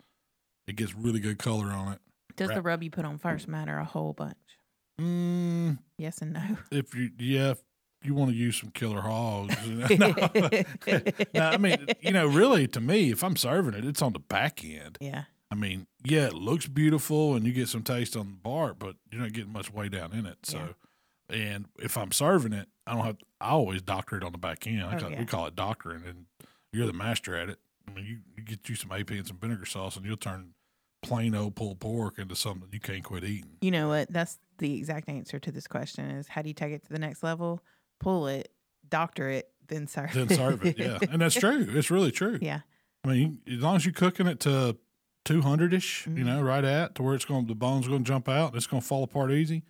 Speaker 2: it gets really good color on it.
Speaker 3: does the
Speaker 2: wrap-
Speaker 3: rub you put on first matter a whole bunch?
Speaker 2: Mm,
Speaker 3: Yes and no.
Speaker 2: if you yeah if you want to use some killer hogs no, [LAUGHS] No, i mean you know really to me if i'm serving it it's on the back end
Speaker 3: [LAUGHS] Yeah.
Speaker 2: i mean yeah it looks beautiful and you get some taste on the bark but you're not getting much way down in it so and if i'm serving it i don't have i always doctor it on the back end I
Speaker 3: Oh,
Speaker 2: call,
Speaker 3: yeah.
Speaker 2: we call it doctoring and you're the master at it i mean you, you get you some ap and some vinegar sauce and you'll turn plain old pulled pork into something you can't quit eating
Speaker 3: You know what? That's the exact answer to this question is how do you take it to the next level? Pull it, doctor it, then [LAUGHS] serve
Speaker 2: then serve it. Yeah, and that's true. It's really true.
Speaker 3: Yeah.
Speaker 2: I mean, you- as long as you're cooking it to 200 ish, you
Speaker 3: Mhm.
Speaker 2: know, right at to where it's going, to the bones going to jump out. and It's going to fall apart easy.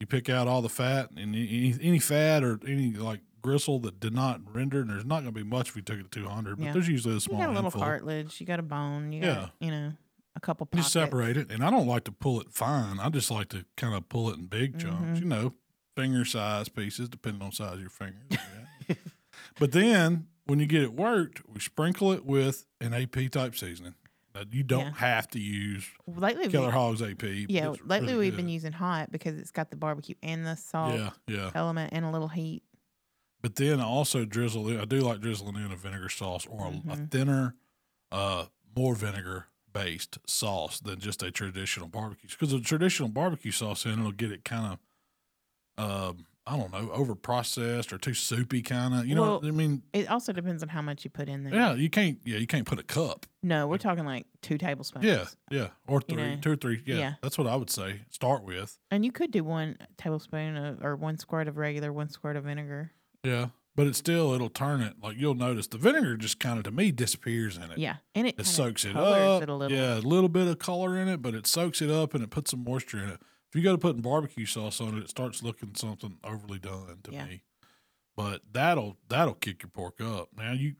Speaker 2: You pick out all the fat and any, any fat or any like gristle that did not render. And there's not going to be much if you took it to 200, but
Speaker 3: Yeah.
Speaker 2: there's usually a
Speaker 3: you
Speaker 2: small
Speaker 3: got a little
Speaker 2: handful.
Speaker 3: cartilage, you got a bone, you got, you know, a couple
Speaker 2: You
Speaker 3: pockets.
Speaker 2: separate it, and I don't like to pull it fine. I just like to kind of pull it in big chunks,
Speaker 3: Mhm.
Speaker 2: you know, finger size pieces, depending on size of your fingers. yeah. [LAUGHS] but then when you get it worked, we sprinkle it with an AP type seasoning. Now, you don't
Speaker 3: Yeah.
Speaker 2: have to use
Speaker 3: Lately,
Speaker 2: Killer
Speaker 3: we,
Speaker 2: Hogs AP. but
Speaker 3: yeah,
Speaker 2: it's
Speaker 3: lately
Speaker 2: really
Speaker 3: we've
Speaker 2: good.
Speaker 3: been using hot because it's got the barbecue and the salt
Speaker 2: Yeah, yeah.
Speaker 3: element and a little heat.
Speaker 2: But then I also drizzle. in- I do like drizzling in a vinegar sauce or a, a
Speaker 3: Mhm.
Speaker 2: thinner, uh, more vinegar based sauce than just a traditional barbecue. Because a traditional barbecue sauce in it'll get it kind of, um, I don't know, over processed or too soupy kind of. You know, what I
Speaker 3: Well-
Speaker 2: mean,
Speaker 3: It also depends on how much you put in there.
Speaker 2: yeah, you can't, yeah, you can't put a cup.
Speaker 3: No, we're talking like two tablespoons.
Speaker 2: Yeah, yeah, or three,
Speaker 3: You know,
Speaker 2: two or three. Yeah,
Speaker 3: yeah.
Speaker 2: that's what I would say. Start with.
Speaker 3: And you could do one tablespoon of, or one squirt of regular, one squirt of vinegar.
Speaker 2: Yeah, but it still it'll turn it like you'll notice the vinegar just kind of to me disappears in it.
Speaker 3: Yeah. And it,
Speaker 2: it
Speaker 3: kinda
Speaker 2: soaks it
Speaker 3: colors
Speaker 2: up.
Speaker 3: It a little.
Speaker 2: Yeah, a little bit of color in it, but it soaks it up and it puts some moisture in it. If you go to putting barbecue sauce on it, it starts looking something overly done to
Speaker 3: Yeah.
Speaker 2: me. But that'll that'll kick your pork up. Now you,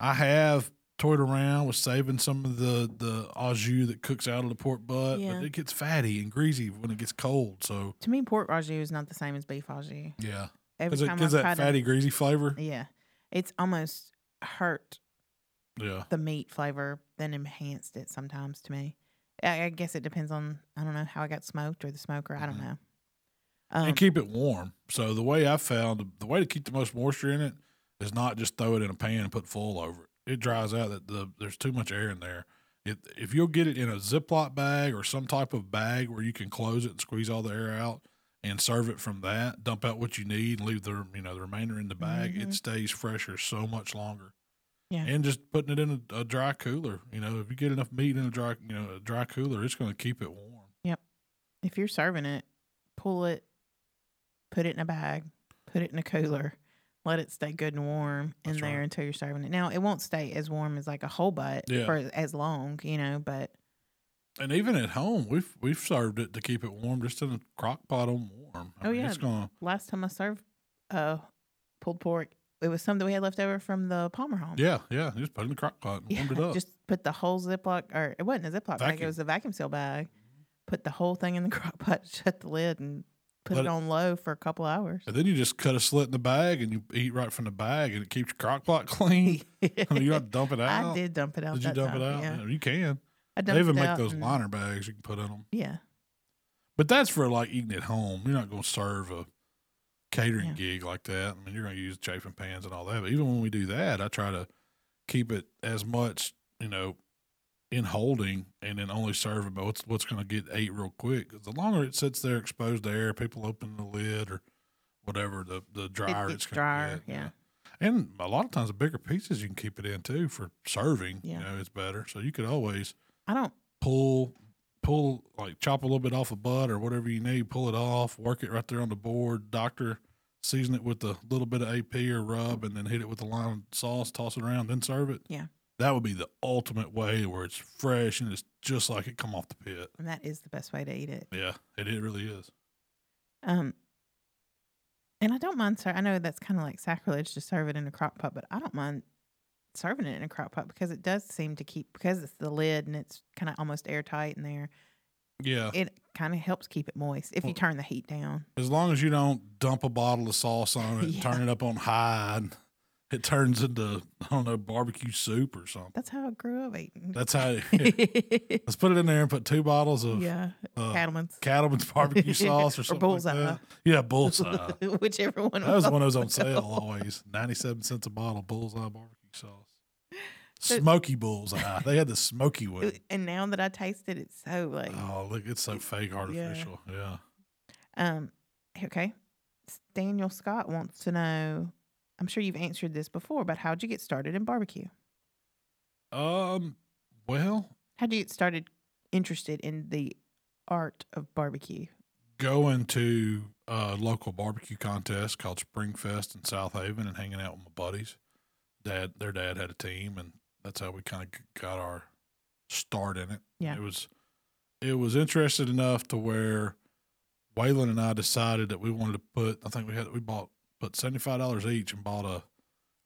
Speaker 2: I have toyed around with saving some of the the au jus that cooks out of the pork butt,
Speaker 3: Yeah.
Speaker 2: but it gets fatty and greasy when it gets cold. So
Speaker 3: To me, pork au jus is not the same as beef au jus.
Speaker 2: yeah,
Speaker 3: Every
Speaker 2: because it
Speaker 3: time
Speaker 2: gives
Speaker 3: I've
Speaker 2: that
Speaker 3: tried
Speaker 2: fatty greasy flavor.
Speaker 3: to, yeah, it's almost hurt
Speaker 2: Yeah,
Speaker 3: the meat flavor than enhanced it sometimes to me. I, I guess it depends on I don't know how I got smoked or the smoker. I don't
Speaker 2: Mhm.
Speaker 3: know. Um,
Speaker 2: and keep it warm. So the way I found the way to keep the most moisture in it is not just throw it in a pan and put foil over it. It dries out. That the there's too much air in there. It, if you'll get it in a Ziploc bag or some type of bag where you can close it and squeeze all the air out, and serve it from that. Dump out what you need and leave the you know the remainder in the bag. It
Speaker 3: Mhm.
Speaker 2: stays fresher so much longer.
Speaker 3: Yeah.
Speaker 2: And just putting it in a, a dry cooler. You know, if you get enough meat in a dry you know a dry cooler, it's going to keep it warm.
Speaker 3: If you're serving it, pull it, put it in a bag, put it in a cooler, let it stay good and warm in
Speaker 2: That's
Speaker 3: there
Speaker 2: right.
Speaker 3: until you're serving it. Now it won't stay as warm as like a whole butt
Speaker 2: Yeah.
Speaker 3: for as long, you know, but
Speaker 2: And even at home, we've we've served it to keep it warm just in a crock pot on warm. I
Speaker 3: Oh,
Speaker 2: mean,
Speaker 3: yeah.
Speaker 2: it's going
Speaker 3: last time I served uh pulled pork, it was something we had left over from the Palmer home.
Speaker 2: yeah yeah. Just put it in the crock pot and
Speaker 3: [LAUGHS] Yeah,
Speaker 2: warmed it up.
Speaker 3: Just put the whole Ziploc, or it wasn't a Ziploc bag,
Speaker 2: Vacuum.
Speaker 3: it was a vacuum seal bag. Put the whole thing in the [LAUGHS] crock pot, shut the lid, and put
Speaker 2: Let
Speaker 3: it
Speaker 2: it-
Speaker 3: on low for a couple hours.
Speaker 2: And then you just cut a slit in the bag and you eat right from the bag and it keeps your crock pot [LAUGHS] clean. I mean, you don't have to dump it out.
Speaker 3: [LAUGHS] I did dump it out.
Speaker 2: Did you
Speaker 3: that
Speaker 2: dump it
Speaker 3: time,
Speaker 2: out?
Speaker 3: Yeah.
Speaker 2: Yeah, you can.
Speaker 3: I dumped
Speaker 2: They even
Speaker 3: it
Speaker 2: make
Speaker 3: out
Speaker 2: those
Speaker 3: and-
Speaker 2: liner bags you can put in them.
Speaker 3: Yeah.
Speaker 2: But that's for like eating at home. You're not going to serve a catering
Speaker 3: Yeah.
Speaker 2: gig like that. I mean, you're going to use chafing pans and all that. But even when we do that, I try to keep it as much, you know, in holding and then only serve about what's, what's going to get ate real quick. 'Cause the longer it sits there exposed to air, people open the lid or whatever, the, the drier
Speaker 3: gets
Speaker 2: it's going
Speaker 3: drier,
Speaker 2: to get.
Speaker 3: yeah.
Speaker 2: And a lot of times the bigger pieces you can keep it in too for serving,
Speaker 3: Yeah.
Speaker 2: you know, it's better. So you could always
Speaker 3: I don't.
Speaker 2: pull pull like chop a little bit off a butt or whatever you need, pull it off, work it right there on the board, doctor, season it with a little bit of AP or rub and then hit it with a lime sauce, toss it around, then serve it.
Speaker 3: Yeah.
Speaker 2: That would be the ultimate way where it's fresh and it's just like it come off the pit.
Speaker 3: And that is the best way to eat it.
Speaker 2: Yeah, it, it really is.
Speaker 3: Um, and I don't mind. Sir, I know that's kind of like sacrilege to serve it in a crock pot, but I don't mind serving it in a crock pot because it does seem to keep because it's the lid and it's kind of almost airtight in there.
Speaker 2: Yeah.
Speaker 3: It kind of helps keep it moist if you
Speaker 2: Well-
Speaker 3: turn the heat down.
Speaker 2: As long as you don't dump a bottle of sauce on it, and
Speaker 3: Yeah.
Speaker 2: turn it up on high and it turns into, I don't know, barbecue soup or something.
Speaker 3: That's how I grew up eating. [LAUGHS]
Speaker 2: That's how [LAUGHS] yeah.
Speaker 3: yeah.
Speaker 2: let's put it in there and put two bottles of uh,
Speaker 3: Cattleman's.
Speaker 2: Cattleman's [LAUGHS] barbecue sauce or
Speaker 3: [LAUGHS] Or
Speaker 2: something. like that.
Speaker 3: Bullseye.
Speaker 2: Yeah,
Speaker 3: [LAUGHS]
Speaker 2: bullseye.
Speaker 3: Whichever one.
Speaker 2: uh, that was one of those on
Speaker 3: was
Speaker 2: sale always. Ninety-seven cents a bottle, bullseye barbecue sauce.
Speaker 3: So-
Speaker 2: Smoky bullseye. They had the smoky one.
Speaker 3: [LAUGHS] And now that I taste it, it's so like
Speaker 2: Oh, look, it's so fake artificial. Yeah.
Speaker 3: Um, okay. S- Daniel Scott wants to know. I'm sure you've answered this before, but how'd you get started in barbecue?
Speaker 2: Um. Well,
Speaker 3: How'd you get started interested in the art of barbecue?
Speaker 2: going to a local barbecue contest called Springfest in South Haven and hanging out with my buddies. Dad, their dad had a team, and that's how we kind of got our start in it.
Speaker 3: Yeah.
Speaker 2: it was it was interesting enough to where Waylon and I decided that we wanted to put. I think we had we bought put seventy five dollars each and bought a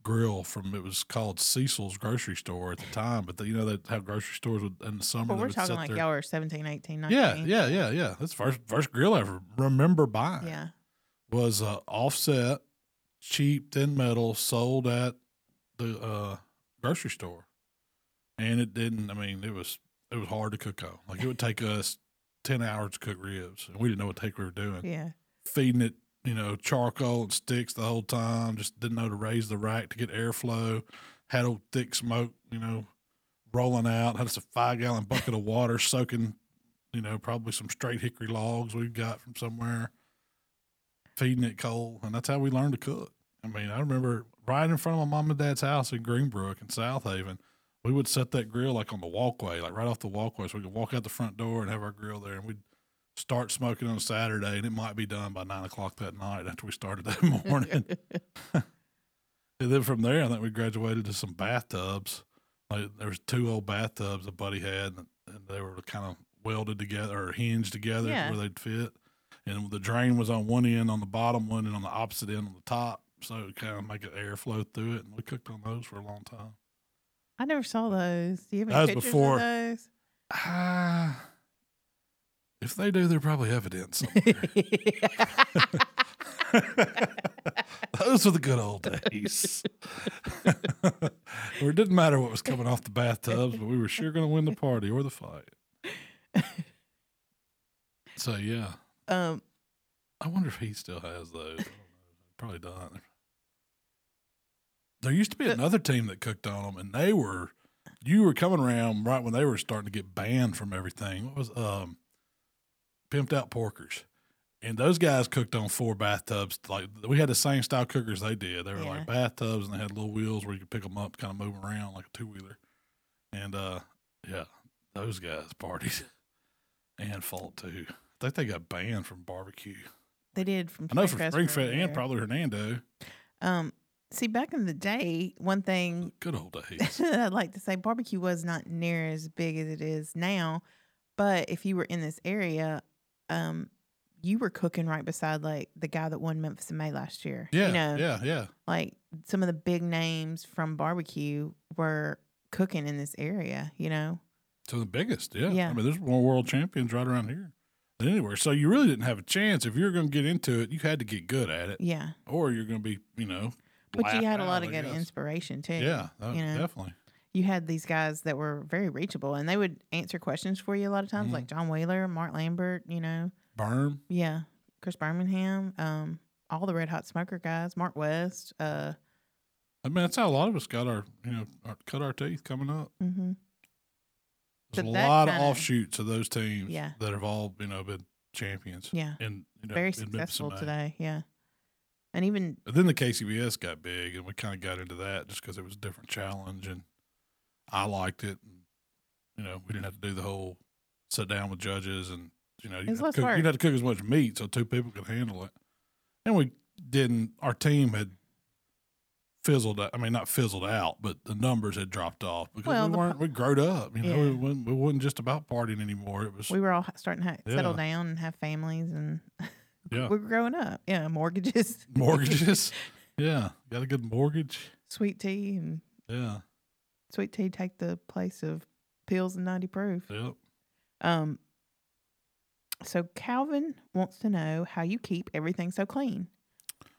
Speaker 2: grill from it was called Cecil's grocery store at the time. But the, you know that how grocery stores would in the summer.
Speaker 3: Well,
Speaker 2: they
Speaker 3: we're
Speaker 2: would
Speaker 3: talking
Speaker 2: sit
Speaker 3: like
Speaker 2: there-
Speaker 3: y'all are 17, 18, 19.
Speaker 2: yeah, yeah, yeah, yeah. That's first first grill I ever remember buying [LAUGHS]
Speaker 3: Yeah.
Speaker 2: was uh, offset, cheap thin metal sold at the uh, grocery store, and it didn't. I mean, it was it was hard to cook on. Like it would take us ten hours to cook ribs, and we didn't know what the heck we were doing.
Speaker 3: Yeah.
Speaker 2: Feeding it, you know, charcoal and sticks the whole time. Just didn't know to raise the rack to get airflow. Had old thick smoke, you know, rolling out. Had us a five gallon bucket of water soaking, you know, probably some straight hickory logs we got from somewhere feeding it coal, and that's how we learned to cook. I mean, I remember right in front of my mom and dad's house in Greenbrook in South Haven, we would set that grill like on the walkway, like right off the walkway, so we could walk out the front door and have our grill there, and we'd start smoking on Saturday, and it might be done by nine o'clock that night after we started that [LAUGHS] morning. And then from there, I think we graduated to some bathtubs. Like there was two old bathtubs a buddy had, and, and they were kind of welded together or hinged together to
Speaker 3: Yeah.
Speaker 2: where they'd fit. And the drain was on one end, on the bottom one, and on the opposite end on the top. So it kind of make an airflow through it. And we cooked on those for a long time.
Speaker 3: I never saw those. Do you have any
Speaker 2: That was
Speaker 3: pictures
Speaker 2: before-
Speaker 3: of those?
Speaker 2: Ah, if they do, they probably have it in somewhere. [LAUGHS] Those were the good old days. [LAUGHS] Where it didn't matter what was coming off the bathtubs, but we were sure going to win the party or the fight. So yeah, [LAUGHS]
Speaker 3: [LAUGHS] um,
Speaker 2: I wonder if he still has those. I don't know. Probably don't. There used to be
Speaker 3: But-
Speaker 2: another team that cooked on them, and they were you were coming around right when they were starting to get banned from everything. What was um pimped out porkers? And those guys cooked on four bathtubs. Like we had the same style cookers they did. They were
Speaker 3: Yeah.
Speaker 2: like bathtubs, and they had little wheels where you could pick them up, kind of move 'em around like a two wheeler. And uh, yeah, those guys partied [LAUGHS] and fought too. I think they got banned from barbecue.
Speaker 3: They did from
Speaker 2: I know from
Speaker 3: Springfest
Speaker 2: Springfield
Speaker 3: forever.
Speaker 2: and probably Hernando.
Speaker 3: Um, see, back in the day, one thing
Speaker 2: Good old days.
Speaker 3: [LAUGHS] I'd like to say barbecue was not near as big as it is now, but if you were in this area, um, you were cooking right beside like the guy that won Memphis in May last year.
Speaker 2: Yeah,
Speaker 3: you know,
Speaker 2: yeah, yeah.
Speaker 3: like some of the big names from barbecue were cooking in this area. You know,
Speaker 2: To the biggest, yeah.
Speaker 3: Yeah.
Speaker 2: I mean, there's more world champions right around here than anywhere. So you really didn't have a chance. If you were going to get into it, you had to get good at it,
Speaker 3: yeah,
Speaker 2: or you're going to be, you know.
Speaker 3: but you
Speaker 2: laughed
Speaker 3: had a
Speaker 2: out,
Speaker 3: lot of
Speaker 2: I
Speaker 3: good
Speaker 2: guess.
Speaker 3: inspiration too.
Speaker 2: Yeah, that-
Speaker 3: you know.
Speaker 2: definitely.
Speaker 3: you had these guys that were very reachable, and they would answer questions for you a lot of times,
Speaker 2: Mhm.
Speaker 3: like John Whaler, Mark Lambert. You know,
Speaker 2: Berm,
Speaker 3: Yeah. Chris Birmingham, um, all the Red Hot Smoker guys, Mark West, uh,
Speaker 2: I mean, that's how a lot of us got our, you know, our, cut our teeth coming up.
Speaker 3: hmm
Speaker 2: There's
Speaker 3: But
Speaker 2: a
Speaker 3: that
Speaker 2: lot
Speaker 3: kinda-
Speaker 2: of offshoots of those teams
Speaker 3: Yeah.
Speaker 2: that have all, you know, been champions.
Speaker 3: yeah,
Speaker 2: And, you know,
Speaker 3: very
Speaker 2: in Memphis and
Speaker 3: successful
Speaker 2: May.
Speaker 3: today. Yeah. And even,
Speaker 2: But then the KCBS got big, and we kind of got into that just because it was a different challenge, and I liked it. And, you know, we didn't have to do the whole sit down with judges, and you know, you
Speaker 3: It's
Speaker 2: didn't, have
Speaker 3: less
Speaker 2: to cook, you
Speaker 3: work.
Speaker 2: didn't have to cook as much meat, so two people could handle it. And we didn't. Our team had fizzled. out- I mean, not fizzled out, but the numbers had dropped off because
Speaker 3: Well,
Speaker 2: we
Speaker 3: the
Speaker 2: weren't. We growed up. You know,
Speaker 3: Yeah.
Speaker 2: we wasn't. We wasn't just about partying anymore. It was.
Speaker 3: we were all ha- starting to ha- settle
Speaker 2: Yeah.
Speaker 3: down and have families and
Speaker 2: yeah.
Speaker 3: we were growing up. Yeah. Mortgages, [LAUGHS]
Speaker 2: Mortgages. yeah. Got a good mortgage.
Speaker 3: sweet tea, and
Speaker 2: Yeah.
Speaker 3: sweet tea take the place of pills and 90 proof.
Speaker 2: Yep.
Speaker 3: Um, so Calvin wants to know how you keep everything so clean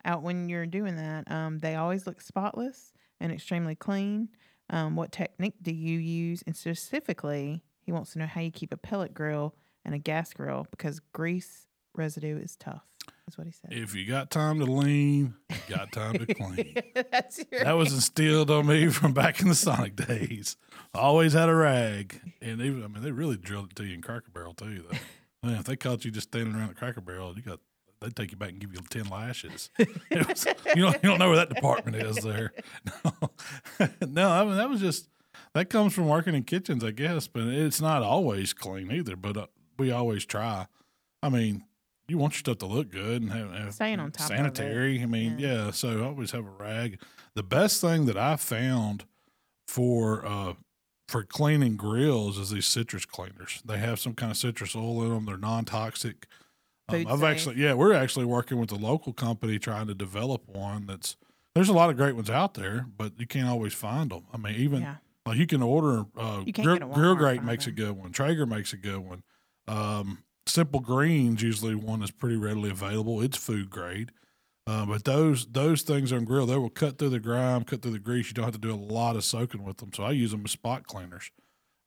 Speaker 3: out when you're doing that. Um, they always look spotless and extremely clean. Um, what technique do you use? And specifically, he wants to know how you keep a pellet grill and a gas grill because grease residue is tough. Is what he said.
Speaker 2: If you got time to lean, you got time to clean.
Speaker 3: [LAUGHS] That's your
Speaker 2: That was instilled on me [LAUGHS] from back in the Sonic days. I always had a rag, and even I mean they really drilled it to you in Cracker Barrel too. Though, man, if they caught you just standing around the Cracker Barrel, you got they'd take you back and give you ten lashes. [LAUGHS] It was- you don't you don't know where that department is there. [LAUGHS] No, no, I mean that was just that comes from working in kitchens, I guess. But it's not always clean either. But uh, we always try. I mean, you want your stuff to look good and have, have
Speaker 3: Staying on top of it.
Speaker 2: sanitary. I mean,
Speaker 3: Yeah.
Speaker 2: yeah. So I always have a rag. The best thing that I found for uh, for cleaning grills is these citrus cleaners. They have some kind of citrus oil in them. They're non toxic. Um,
Speaker 3: Food
Speaker 2: I've
Speaker 3: safe.
Speaker 2: actually, yeah, we're actually working with a local company trying to develop one that's. There's a lot of great ones out there, but you can't always find them. I mean, even
Speaker 3: yeah.
Speaker 2: like you can order uh,
Speaker 3: You can't
Speaker 2: Grill,
Speaker 3: get a
Speaker 2: Grill
Speaker 3: Walmart
Speaker 2: Grate
Speaker 3: from
Speaker 2: makes a
Speaker 3: them.
Speaker 2: good one. Traeger makes a good one. Um, Simple Greens usually one that's pretty readily available. It's food grade, uh, but those those things on grill they will cut through the grime, cut through the grease. You don't have to do a lot of soaking with them. So I use them as spot cleaners.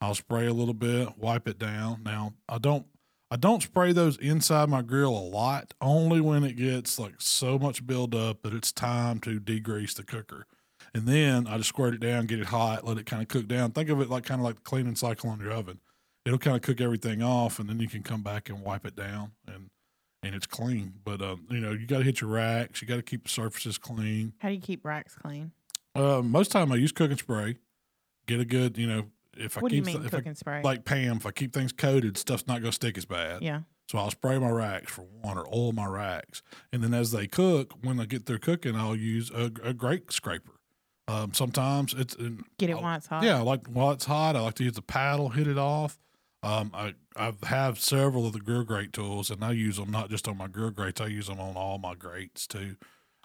Speaker 2: I'll spray a little bit, wipe it down. Now I don't I don't spray those inside my grill a lot, only when it gets like so much buildup that it's time to degrease the cooker. And then I just squirt it down, get it hot, let it kind of cook down. Think of it like kind of like the cleaning cycle on your oven. It'll kind of cook everything off, and then you can come back and wipe it down, and and it's clean. But um, you know, you got to hit your racks. You got to keep the surfaces clean.
Speaker 3: How do you keep racks clean?
Speaker 2: Uh, most time I use cooking spray. Get a good, you know, if I
Speaker 3: what do you
Speaker 2: keep
Speaker 3: mean
Speaker 2: if
Speaker 3: cooking spray?
Speaker 2: I, like Pam, if I keep things coated, stuff's not gonna stick as bad.
Speaker 3: yeah.
Speaker 2: So I'll spray my racks for one, or oil my racks, and then as they cook, when I get through cooking, I'll use a, a grate scraper. Um, sometimes it's and
Speaker 3: Get it
Speaker 2: I'll-
Speaker 3: while it's hot.
Speaker 2: yeah, I like while it's hot, I like to use a paddle, hit it off. Um, I I have several of the grill grate tools, and I use them not just on my grill grates. I use them on all my grates too.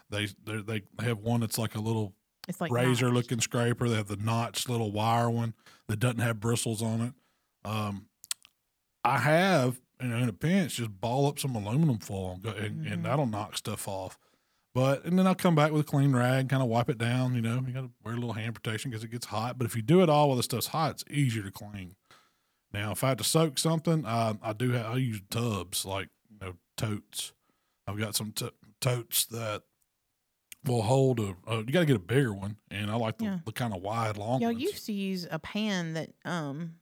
Speaker 2: They they're- they they have one that's like a little
Speaker 3: It's like
Speaker 2: razor
Speaker 3: notched.
Speaker 2: looking scraper. They have the notched little wire one that doesn't have bristles on it. Um, I have, you know, in a pinch, just ball up some aluminum foil and, go, and,
Speaker 3: Mhm.
Speaker 2: and that'll knock stuff off. But and then I'll come back with a clean rag, kind of wipe it down. You know, you got to wear a little hand protection because it gets hot. But if you do it all while the stuff's hot, it's easier to clean. Now, if I had to soak something, uh, I, I do. Have, I use tubs like you know totes. I've got some to totes that will hold a. Uh, you got to get a bigger one, and I like the,
Speaker 3: Yeah.
Speaker 2: the kind of wide, long
Speaker 3: Y'all
Speaker 2: ones.
Speaker 3: used to use a pan that um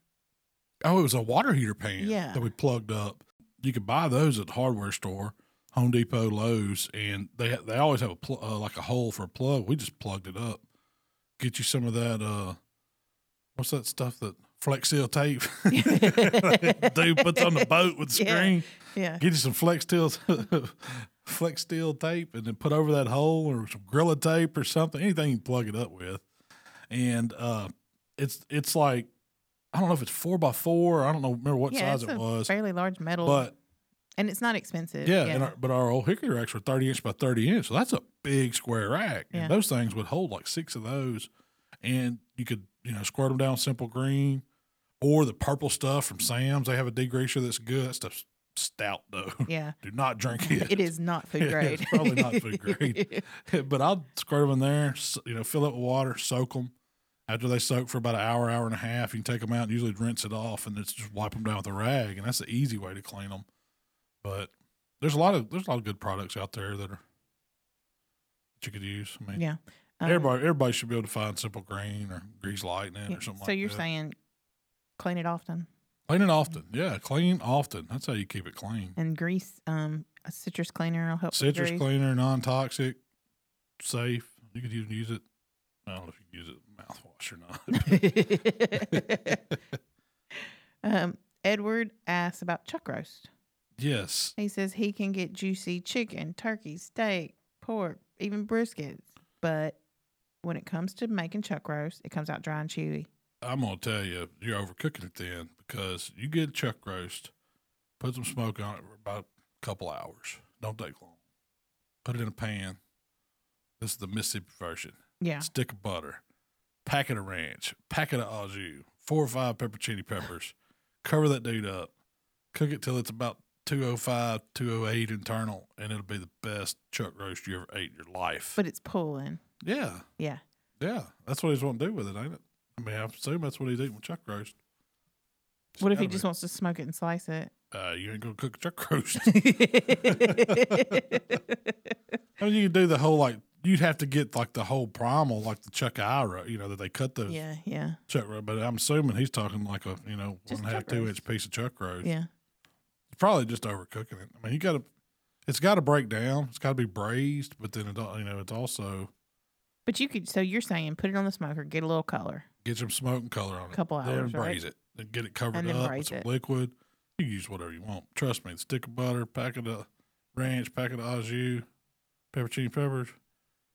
Speaker 2: Oh, it was a water heater pan
Speaker 3: Yeah.
Speaker 2: that we plugged up. You could buy those at the hardware store. Home Depot, Lowe's, and they they always have a pl- uh, like a hole for a plug. We just plugged it up. Get you some of that. uh What's that stuff that Flex Seal
Speaker 3: [LAUGHS]
Speaker 2: tape? [LAUGHS] Dude puts on the boat with the
Speaker 3: Yeah.
Speaker 2: screen.
Speaker 3: Yeah.
Speaker 2: Get you some Flex Steel, [LAUGHS] Flex Steel tape, and then put over that hole or some Gorilla tape or something. Anything you can plug it up with, and uh it's it's like I don't know if it's four by four. I don't know remember what
Speaker 3: yeah,
Speaker 2: size
Speaker 3: it's
Speaker 2: it
Speaker 3: a
Speaker 2: was,
Speaker 3: Fairly large metal.
Speaker 2: but
Speaker 3: and it's not expensive.
Speaker 2: yeah, And our, but our old hickory racks were 30 inch by 30 inch. So that's a big square rack.
Speaker 3: Yeah.
Speaker 2: And those things would hold like six of those. And you could, you know, squirt them down simple green or the purple stuff from Sam's. They have a degreaser that's good. That stuff's stout, though. [LAUGHS]
Speaker 3: Yeah.
Speaker 2: Do not drink it.
Speaker 3: [LAUGHS] It is not
Speaker 2: Yeah,
Speaker 3: food
Speaker 2: it's
Speaker 3: grade.
Speaker 2: probably not
Speaker 3: [LAUGHS]
Speaker 2: food grade. [LAUGHS] but I'll squirt them in there, s- you know, fill up with water, soak them. After they soak for about an hour, hour and a half, you can take them out and usually rinse it off and it's just wipe them down with a rag. And that's the easy way to clean them. But there's a lot of there's a lot of good products out there that are that you could use. I mean,
Speaker 3: yeah. Um,
Speaker 2: everybody everybody should be able to find Simple Green or Grease Lightning
Speaker 3: yeah,
Speaker 2: or something
Speaker 3: so
Speaker 2: like
Speaker 3: you're
Speaker 2: that.
Speaker 3: saying clean it often
Speaker 2: clean it often. Yeah, clean often. That's how you keep it clean.
Speaker 3: and grease, um, a citrus cleaner will help. with
Speaker 2: citrus
Speaker 3: grease.
Speaker 2: cleaner, non toxic, safe. You could even use it. I don't know if you could use it mouthwash or not.
Speaker 3: [LAUGHS] um, Edward asks about chuck roast.
Speaker 2: yes,
Speaker 3: He says he can get juicy chicken, turkey, steak, pork, even briskets, but when it comes to making chuck roast, it comes out dry and chewy.
Speaker 2: I'm gonna tell you, you're overcooking it then because you get a chuck roast, put some smoke on it for about a couple hours. Don't take long. Put it in a pan. This is the Mississippi version.
Speaker 3: Yeah.
Speaker 2: stick of butter, packet of ranch, packet of au jus, four or five peppercini peppers. cover that dude up. Cook it till it's about 205, 208 internal, and it'll be the best chuck roast you ever ate in your life.
Speaker 3: But it's pulling.
Speaker 2: yeah,
Speaker 3: Yeah.
Speaker 2: yeah. That's what he's wanting to do with it, ain't it? I mean, I assume that's what he's eating with chuck roast. It's
Speaker 3: What if he
Speaker 2: gotta
Speaker 3: just
Speaker 2: be.
Speaker 3: wants to smoke it and slice
Speaker 2: [LAUGHS]
Speaker 3: it? [LAUGHS]
Speaker 2: Uh, you ain't going to cook chuck roast. [LAUGHS]
Speaker 3: yeah.
Speaker 2: I mean, you can do the whole, like, you'd have to get, like, the whole primal, like the chuck ira, you know, that they cut those
Speaker 3: Yeah.
Speaker 2: chuck roast. But I'm assuming he's talking like a, you know,
Speaker 3: Just
Speaker 2: one and a half,
Speaker 3: chuck
Speaker 2: two
Speaker 3: roast.
Speaker 2: inch piece of chuck roast.
Speaker 3: Yeah.
Speaker 2: probably just overcooking it. I mean, you got to, it's got to break down. It's got to be braised, but then it, al- you know, it's also
Speaker 3: But you could. So you're saying put it on the smoker, get a little color.
Speaker 2: get some smoke and color on it.
Speaker 3: Couple
Speaker 2: then
Speaker 3: hours,
Speaker 2: braise it. Then get it covered
Speaker 3: And then
Speaker 2: up
Speaker 3: braise
Speaker 2: with some
Speaker 3: it.
Speaker 2: liquid. You can use whatever you want. Trust me, stick of butter, packet of ranch, packet of au jus, peppercini peppers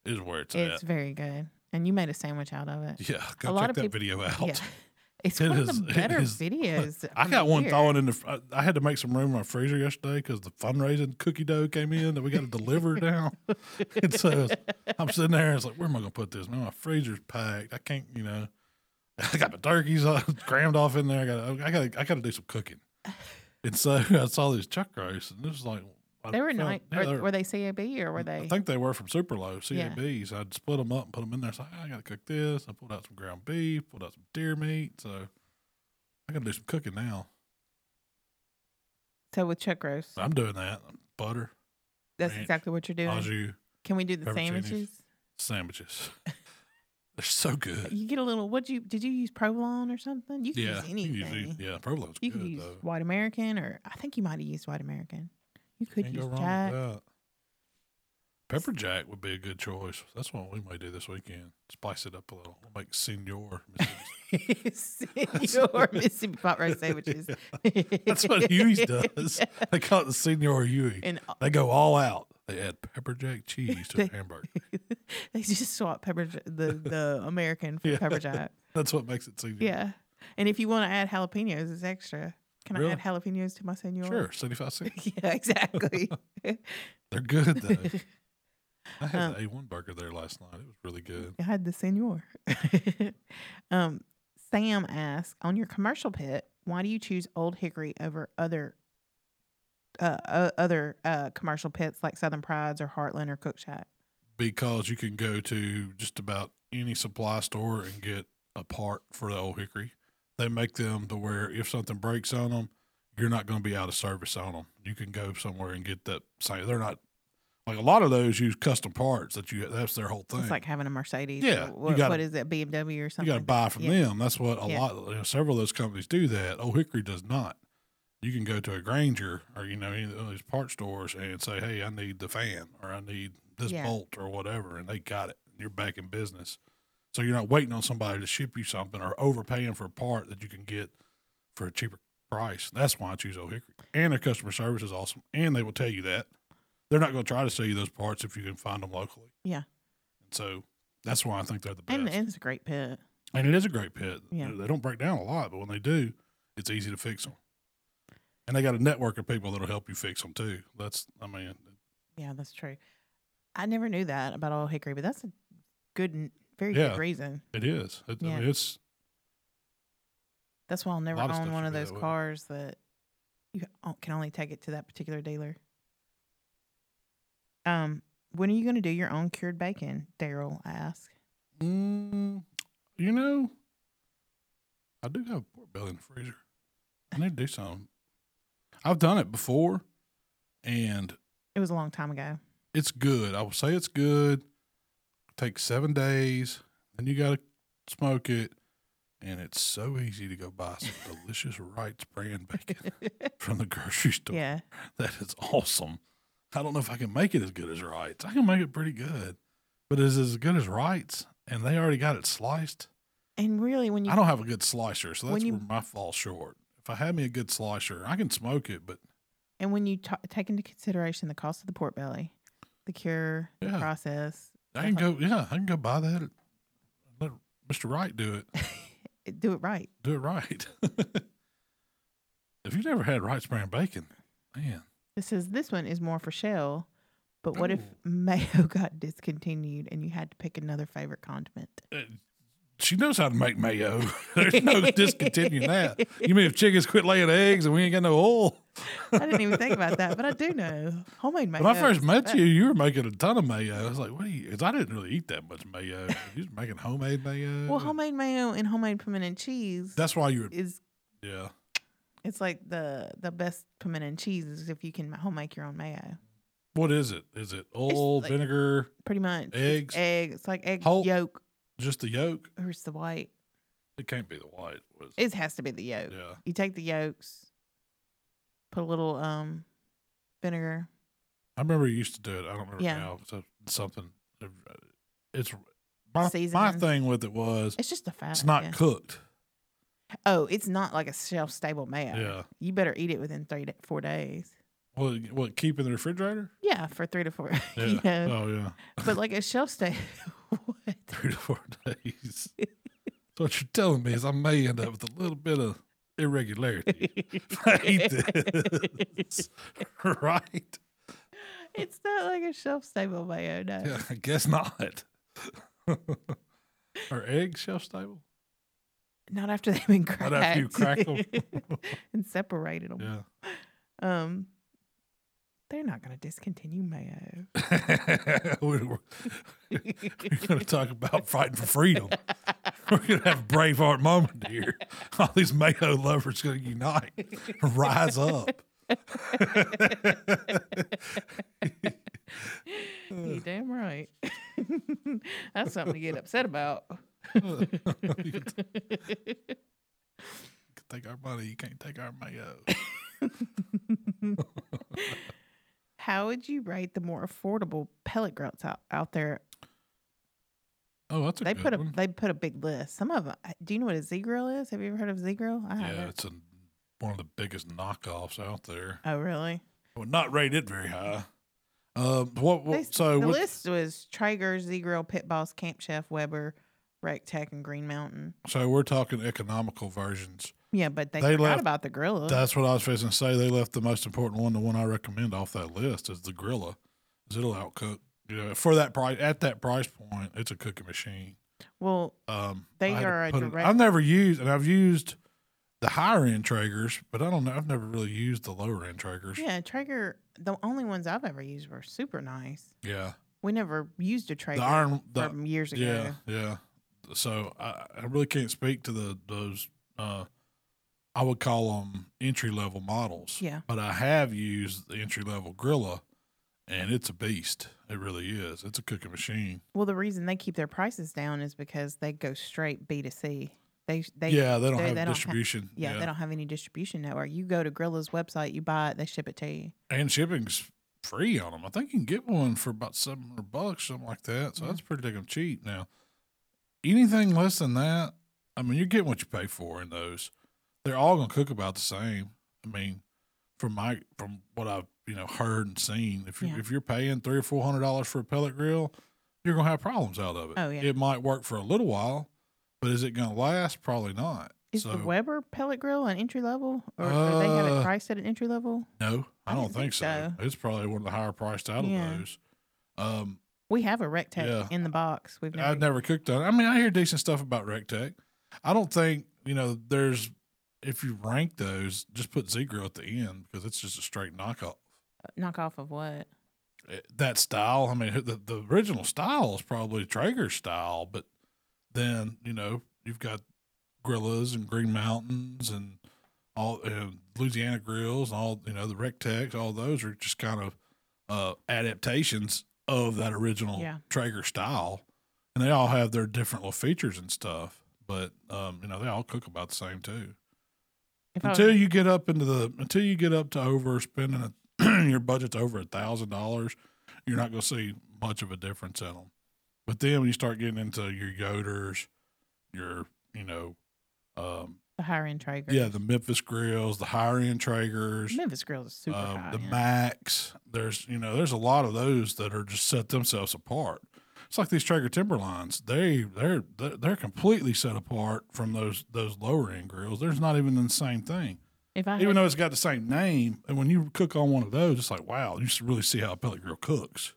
Speaker 2: is where it's,
Speaker 3: It's
Speaker 2: at. [LAUGHS]
Speaker 3: very good, and you made a sandwich out of it.
Speaker 2: Yeah, go
Speaker 3: a lot
Speaker 2: check
Speaker 3: of
Speaker 2: that
Speaker 3: peop-
Speaker 2: video out.
Speaker 3: Yeah. [LAUGHS] It's
Speaker 2: It
Speaker 3: one
Speaker 2: is-
Speaker 3: of
Speaker 2: it
Speaker 3: the better
Speaker 2: is- [LAUGHS]
Speaker 3: videos.
Speaker 2: I
Speaker 3: on
Speaker 2: got one
Speaker 3: here.
Speaker 2: thawing in the. fr- I I had to make some room in my freezer yesterday because the fundraising cookie dough came in that we got to deliver now. [LAUGHS] And so I'm sitting there. It's like, where am I going to put this? Man, my freezer's packed. I can't, you know. [LAUGHS] I got the turkeys all [LAUGHS] crammed off in there. I got. I got. I got to do some cooking. And so [LAUGHS] I saw these chuck roasts, and this is like I
Speaker 3: They were
Speaker 2: found-
Speaker 3: nice.
Speaker 2: yeah, they
Speaker 3: were, they CAB or were they?
Speaker 2: I think they were from Super Low
Speaker 3: Yeah.
Speaker 2: CABs. I'd split them up and put them in there. So I got to cook this. I pulled out some ground beef, pulled out some deer meat. So I got to do some cooking now.
Speaker 3: so with chuck roast.
Speaker 2: I'm doing that. Butter,
Speaker 3: That's
Speaker 2: ranch,
Speaker 3: exactly what you're doing.
Speaker 2: au jus,
Speaker 3: Can we do the
Speaker 2: pepperoncinis.
Speaker 3: sandwiches? [LAUGHS]
Speaker 2: sandwiches. They're so good.
Speaker 3: You get a little. What you did? You use provolone or something? You can
Speaker 2: Yeah.
Speaker 3: use
Speaker 2: you can
Speaker 3: anything.
Speaker 2: use these- yeah, provolone's
Speaker 3: You
Speaker 2: good
Speaker 3: could use
Speaker 2: though.
Speaker 3: white American, or I think you might have used white American. You could
Speaker 2: Can't
Speaker 3: use
Speaker 2: go wrong
Speaker 3: Jack.
Speaker 2: with that. Pepper jack would be a good choice. That's what we might do this weekend. Spice it up a little. We'll make senor. Mississippi. [LAUGHS]
Speaker 3: [LAUGHS] Senor Mississippi pot roast sandwiches.
Speaker 2: That's what Huey's does. They call it the senor Huey.
Speaker 3: [LAUGHS] And uh, [LAUGHS]
Speaker 2: They go all out. They add pepper jack cheese to a
Speaker 3: They-
Speaker 2: hamburger.
Speaker 3: they just swap pepper j-
Speaker 2: [LAUGHS]
Speaker 3: the the American for
Speaker 2: Yeah. [LAUGHS]
Speaker 3: pepper jack.
Speaker 2: That's what makes it senor.
Speaker 3: Yeah, and if you want to add jalapenos, it's extra. Can
Speaker 2: Really?
Speaker 3: I add jalapenos to my senor?
Speaker 2: Sure, seventy-five cents.
Speaker 3: [LAUGHS] yeah,
Speaker 2: [LAUGHS]
Speaker 3: exactly.
Speaker 2: They're good though. I had
Speaker 3: Um,
Speaker 2: the A one burger there last night. It was really good.
Speaker 3: I had the senor. [LAUGHS] um, Sam asks on your commercial pit, why do you choose Old Hickory over other uh, o- other uh, commercial pits like Southern Prides or Heartland or Cook Shack?
Speaker 2: because you can go to just about any supply store and get a part for the old hickory. They make them to where if something breaks on them, you're not going to be out of service on them. You can go somewhere and get that same. They're not like a lot of those use custom parts that you. That's their whole thing.
Speaker 3: It's like having a Mercedes.
Speaker 2: Yeah,
Speaker 3: or
Speaker 2: you
Speaker 3: what,
Speaker 2: gotta-
Speaker 3: what is it, BMW or
Speaker 2: you
Speaker 3: something?
Speaker 2: got to buy from
Speaker 3: Yeah.
Speaker 2: them. That's what a
Speaker 3: Yeah.
Speaker 2: lot, you know, several of those companies do that. Old Hickory does not. you can go to a Granger or you know any of those part stores and say, "Hey, I need the fan or I need this
Speaker 3: Yeah.
Speaker 2: bolt or whatever," and they got it. You're back in business, so you're not waiting on somebody to ship you something or overpaying for a part that you can get for a cheaper price. That's why I choose Old Hickory, and their customer service is awesome, and they will tell you that they're not going to try to sell you those parts if you can find them locally.
Speaker 3: Yeah.
Speaker 2: and so that's why I think they're the best.
Speaker 3: And it's a great pit.
Speaker 2: And it is a great pit.
Speaker 3: Yeah.
Speaker 2: They don't break down a lot, but when they do, it's easy to fix them. And they got a network of people that'll help you fix them too. That's, I mean,
Speaker 3: Yeah, that's true. I never knew that about Old Hickory, but that's a good, n- very
Speaker 2: Yeah.
Speaker 3: good reason.
Speaker 2: it is. It, I
Speaker 3: Yeah.
Speaker 2: mean, it's
Speaker 3: That's why I'll never
Speaker 2: lot of
Speaker 3: own
Speaker 2: stuff
Speaker 3: one
Speaker 2: should
Speaker 3: of
Speaker 2: be
Speaker 3: those
Speaker 2: that way.
Speaker 3: cars that you o- can only take it to that particular dealer. Um, when are you going to do your own cured bacon? Daryl asked.
Speaker 2: Mm, you know, I do have pork belly in the freezer. I need to do something. I've done it before, and
Speaker 3: It was a long time ago.
Speaker 2: it's good. I will say it's good. Takes seven days, then you got to smoke it, and it's so easy to go buy
Speaker 3: [LAUGHS]
Speaker 2: some delicious Wright's brand bacon [LAUGHS] from the grocery store.
Speaker 3: yeah,
Speaker 2: That is awesome. I don't know if I can make it as good as Wright's. I can make it pretty good, but it's as good as Wright's, and they already got it sliced.
Speaker 3: and really, when you
Speaker 2: I don't have a good slicer, so
Speaker 3: When
Speaker 2: that's
Speaker 3: you-
Speaker 2: where my fall short. If I had me a good slicer, I can smoke it, but
Speaker 3: and when you ta take into consideration the cost of the pork belly, the cure,
Speaker 2: Yeah.
Speaker 3: the process,
Speaker 2: I can
Speaker 3: Uh-huh.
Speaker 2: go. Yeah, I can go buy that. and Let Mr. Wright do it.
Speaker 3: do it right.
Speaker 2: Do it right. [LAUGHS] if you never had Wright's brand bacon, man,
Speaker 3: It says this one is more for shell, but what if
Speaker 2: Ooh.
Speaker 3: mayo [LAUGHS] got discontinued and you had to pick another favorite condiment?
Speaker 2: uh, she knows how to make mayo. [LAUGHS] There's no discontinuing that. You mean if chickens quit laying eggs and we ain't got no oil?
Speaker 3: I didn't even think about that, but I do know homemade mayo.
Speaker 2: When I first
Speaker 3: is
Speaker 2: met
Speaker 3: the
Speaker 2: you, you were making a ton of mayo. I was like, what are you? Because I didn't really eat that much mayo. You was making homemade mayo.
Speaker 3: best. Well, homemade mayo and homemade piment and cheese
Speaker 2: That's why you were.
Speaker 3: is
Speaker 2: Yeah.
Speaker 3: it's like the the best piment and cheese is if you can home make your own mayo.
Speaker 2: What is it? Is it oil,
Speaker 3: like-
Speaker 2: vinegar,
Speaker 3: Pretty much
Speaker 2: Eggs?
Speaker 3: It's egg. It's like egg
Speaker 2: Whole-
Speaker 3: yolk.
Speaker 2: just the yolk?
Speaker 3: Or it's the white.
Speaker 2: It can't be the white. Was
Speaker 3: It has to be the yolk.
Speaker 2: yeah.
Speaker 3: You take the yolks, put a little um vinegar.
Speaker 2: I remember you used to do it. I don't remember
Speaker 3: Yeah.
Speaker 2: now. So something. It's my, my
Speaker 3: Seasoning.
Speaker 2: thing with it was
Speaker 3: It's just a fat.
Speaker 2: it's not
Speaker 3: yeah.
Speaker 2: cooked.
Speaker 3: Oh, it's not like a shelf stable mayo.
Speaker 2: Yeah.
Speaker 3: You better eat it within three to four days.
Speaker 2: Well, you- what keep in the refrigerator?
Speaker 3: Yeah, for three to four. [LAUGHS]
Speaker 2: Yeah.
Speaker 3: you know,
Speaker 2: Oh yeah. [LAUGHS]
Speaker 3: but like a shelf stable. [LAUGHS] what?
Speaker 2: Three to four days. so what you're telling me is I may end up with a little bit of
Speaker 3: [LAUGHS]
Speaker 2: irregularity. [LAUGHS] if [LAUGHS] I eat this. right?
Speaker 3: It's not like a shelf stable mayo. No.
Speaker 2: Yeah, I guess not. [LAUGHS] Are eggs shelf stable?
Speaker 3: Not after they've been cracked.
Speaker 2: Not after you crack 'em.
Speaker 3: [LAUGHS] and separated them.
Speaker 2: Yeah. [LAUGHS]
Speaker 3: Um, they're not going to discontinue mayo. [LAUGHS]
Speaker 2: we're, we're- we're going to talk about fighting for freedom. We're going to have a Braveheart moment here. All these Mayo lovers going to unite, rise up. [LAUGHS]
Speaker 3: you damn right. [LAUGHS] That's something to get upset about. [LAUGHS]
Speaker 2: Take our money. You can't take our Mayo.
Speaker 3: How would you rate the more affordable pellet grills out, out there?
Speaker 2: Oh, that's a
Speaker 3: They
Speaker 2: good
Speaker 3: put a
Speaker 2: one.
Speaker 3: they put a big list. Some of 'em- Do you know what a Z grill is? Have you ever heard of Z grill? I
Speaker 2: Yeah,
Speaker 3: haven't.
Speaker 2: it's a, one of the biggest knockoffs out there.
Speaker 3: Oh, really?
Speaker 2: I would not rate it very high. Um, what,
Speaker 3: They
Speaker 2: what
Speaker 3: s-
Speaker 2: so
Speaker 3: the
Speaker 2: what-
Speaker 3: list was Traeger, Z Grill, Pit Boss, Camp Chef, Weber, Rec Tech, and Green Mountain.
Speaker 2: so we're talking economical versions.
Speaker 3: Yeah, but they,
Speaker 2: They
Speaker 3: forgot
Speaker 2: left-
Speaker 3: about the grill.
Speaker 2: That's what I was fixing to say. They left the most important one, the one I recommend off that list is the Grilla. 'cause it'll outcook. You know, for that price at that price point, it's a cooking machine.
Speaker 3: well,
Speaker 2: Um,
Speaker 3: They
Speaker 2: I had to
Speaker 3: are a
Speaker 2: put it-
Speaker 3: direct-
Speaker 2: I've never used, and I've used the higher end Traegers, but I don't know. I've never really used the lower end Traegers.
Speaker 3: yeah, Traeger. The only ones I've ever used were super nice.
Speaker 2: Yeah.
Speaker 3: We never used a
Speaker 2: The
Speaker 3: Traeger
Speaker 2: iron, the,
Speaker 3: from years ago.
Speaker 2: Yeah, yeah. So I, I really can't speak to the those. Uh, I would call them entry level models.
Speaker 3: Yeah.
Speaker 2: But I have used the entry level Grilla, and it's a beast. It really is. It's a cooking machine.
Speaker 3: Well, the reason they keep their prices down is because they go straight B to C. They they
Speaker 2: yeah, they don't
Speaker 3: they-
Speaker 2: have
Speaker 3: they don't ha-
Speaker 2: distribution.
Speaker 3: yeah, they don't have any distribution network. You go to Grilla's website, you buy it, they ship it to you.
Speaker 2: and shipping's free on them. I think you can get one for about seven hundred bucks, something like that. So
Speaker 3: Yeah.
Speaker 2: that's pretty damn cheap. Now, anything less than that, I mean, you're getting what you pay for in those. They're all gonna cook about the same. I mean, from my from what I've you know heard and seen, if you
Speaker 3: Yeah.
Speaker 2: if you're paying three or four hundred dollars for a pellet grill, you're gonna have problems out of it.
Speaker 3: Oh, yeah.
Speaker 2: it might work for a little while, but is it gonna last? Probably not.
Speaker 3: Is
Speaker 2: so
Speaker 3: the Weber pellet grill an entry level, or do they have it
Speaker 2: Uh,
Speaker 3: priced at an entry level?
Speaker 2: no, I,
Speaker 3: I
Speaker 2: don't
Speaker 3: didn't
Speaker 2: think
Speaker 3: think
Speaker 2: so. It's probably one of the higher priced out of
Speaker 3: Yeah.
Speaker 2: those. Um,
Speaker 3: We have a Rectech
Speaker 2: yeah.
Speaker 3: in the box. We've never,
Speaker 2: I've never cooked on. it. I mean, I hear decent stuff about Rectech. I don't think you know. There's if you rank those, just put Zero at the end because it's just a straight knockoff.
Speaker 3: knock off of what?
Speaker 2: Eh, That style. I mean, the the original style is probably Traeger style, but then you know you've got Grillas and Green Mountains and all and Louisiana Grills and all you know the Rectech. All those are just kind of uh, adaptations of that original
Speaker 3: Yeah.
Speaker 2: Traeger style, and they all have their different little features and stuff. But um, you know they all cook about the same too.
Speaker 3: If I was-
Speaker 2: Until you get up into the until you get up to over spending a, [CLEARS THROAT] your budget's over a thousand dollars, you're not going to see much of a difference in them. But then when you start getting into your Yoders, your you know, um,
Speaker 3: the higher end Traeger,
Speaker 2: yeah, the Memphis grills, the higher end Traegers,
Speaker 3: Memphis grill is super
Speaker 2: um,
Speaker 3: high.
Speaker 2: the
Speaker 3: end.
Speaker 2: Max. There's you know there's a lot of those that are just set themselves apart. It's like these Traeger Timberlines. They they're they're they're completely set apart from those those lower end grills. There's not even the same thing
Speaker 3: if I
Speaker 2: even
Speaker 3: had,
Speaker 2: though it's got the same name, and when you cook on one of those, it's like wow, you should really see how a pellet grill cooks.